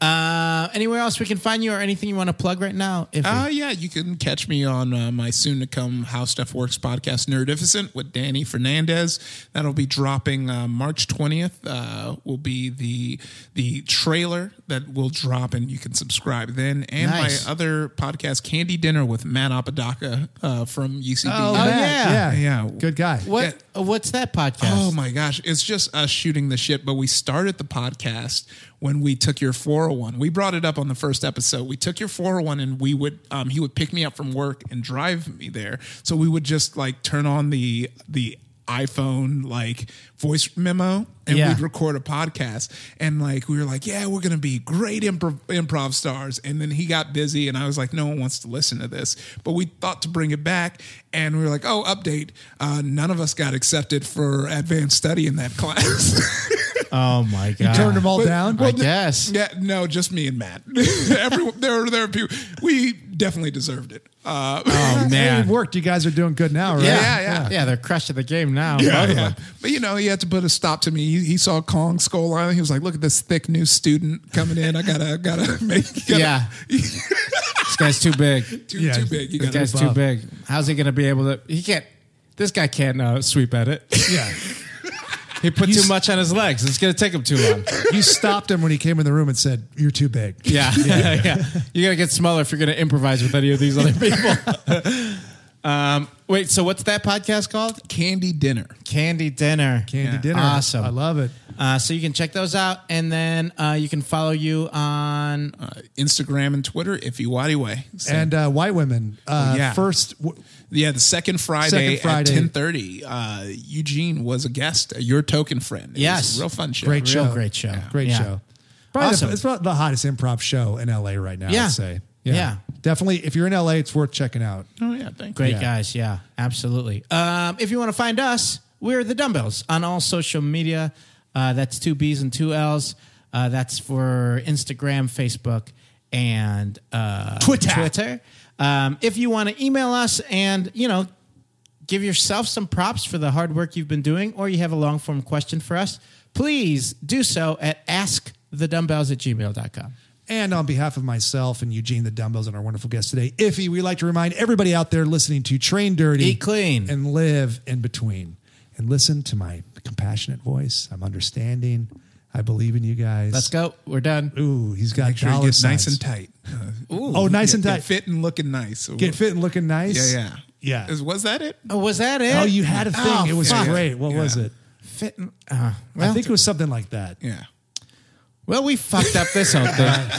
Uh, anywhere else we can find you or anything you want to plug right now? If Uh, yeah, you can catch me on uh, my soon to come How Stuff Works podcast, Nerdificent, with Danny Fernandez. That'll be dropping uh, March 20th. Uh, will be the the trailer that will drop, and you can subscribe then. And Nice. my other podcast, Candy Dinner with Matt Apodaca uh, from UCB. Matt, Oh, yeah. yeah, Yeah. good guy. what uh, what's that podcast? Oh my gosh, it's just us shooting the shit. But we started the podcast when we took your 401. We brought it up on the first episode. We took your 401 and we would um, he would pick me up from work and drive me there. So we would just like turn on the the iPhone like voice memo and Yeah. we'd record a podcast and like we were like yeah we're gonna be great improv, improv stars and then he got busy and I was like no one wants to listen to this but we thought to bring it back and we were like oh update uh, none of us got accepted for advanced study in that class Oh my god! Turned them all down. I guess. yeah no just me and Matt everyone there are there are people we definitely deserved it uh, Oh Hey, it man. worked. You guys are doing good now, right? yeah, yeah, yeah. They're crushing the game now. Yeah, both of yeah. them. But you know, he had to put a stop to me. He, he saw Kong Skull Island. He was like, "Look at this thick new student coming in. I gotta, gotta make. Gotta, Yeah. this guy's too big. too, Yeah. too big. You This gotta guy's too big. How's he gonna be able to? He can't. This guy can't uh, sweep at it. yeah. He put too much on his legs. It's gonna take him too long. You stopped him when he came in the room and said, "You're too big." Yeah, yeah, yeah. You gotta get smaller if you're gonna improvise with any of these other people. um, wait. So what's that podcast called? candy dinner. Candy Dinner. Candy dinner. Awesome. I love it. Uh, so you can check those out, and then uh, you can follow you on. Uh, Instagram and Twitter. If you waddy way. So, And uh, white women. Uh, yeah. First, w- yeah, the second Friday, Second Friday. at ten thirty. Uh, Eugene was a guest. uh, Your token friend. It was Yes. a real fun show. great Real show. great show. Great Yeah. show. Probably Awesome. the, it's probably the hottest improv show in LA right now. Yeah. I'd say. Yeah. Definitely. If you're in LA, it's worth checking out. Oh yeah, thank Great Yeah. guys, yeah, absolutely. Um, if you want to find us, we're the Dumbbells on all social media. Uh, that's two B's and two L's. Uh, that's for Instagram, Facebook, and uh, Twitter. Twitter. Um, if you want to email us and you know give yourself some props for the hard work you've been doing, or you have a long form question for us, please do so at askthedumbbells at gmail.com. And on behalf of myself and Eugene the Dumbbells and our wonderful guest today, Iffy, we'd like to remind everybody out there listening to Train Dirty, Eat clean. and live in between. And listen to my compassionate voice. I'm understanding. I believe in you guys. Let's go. We're done. Ooh, he's got Make sure you dollar get nice signs. and tight. Uh, Oh, nice get- and get tight. Fit and looking nice. Get fit and looking nice. Yeah, yeah, yeah. Is- Was that it? Oh, was that it? Oh, you had a thing. Oh, it was fuck. great. What was Yeah. it? Fit- uh, well, I think it was something like that. Yeah. Well, we fucked up this whole thing.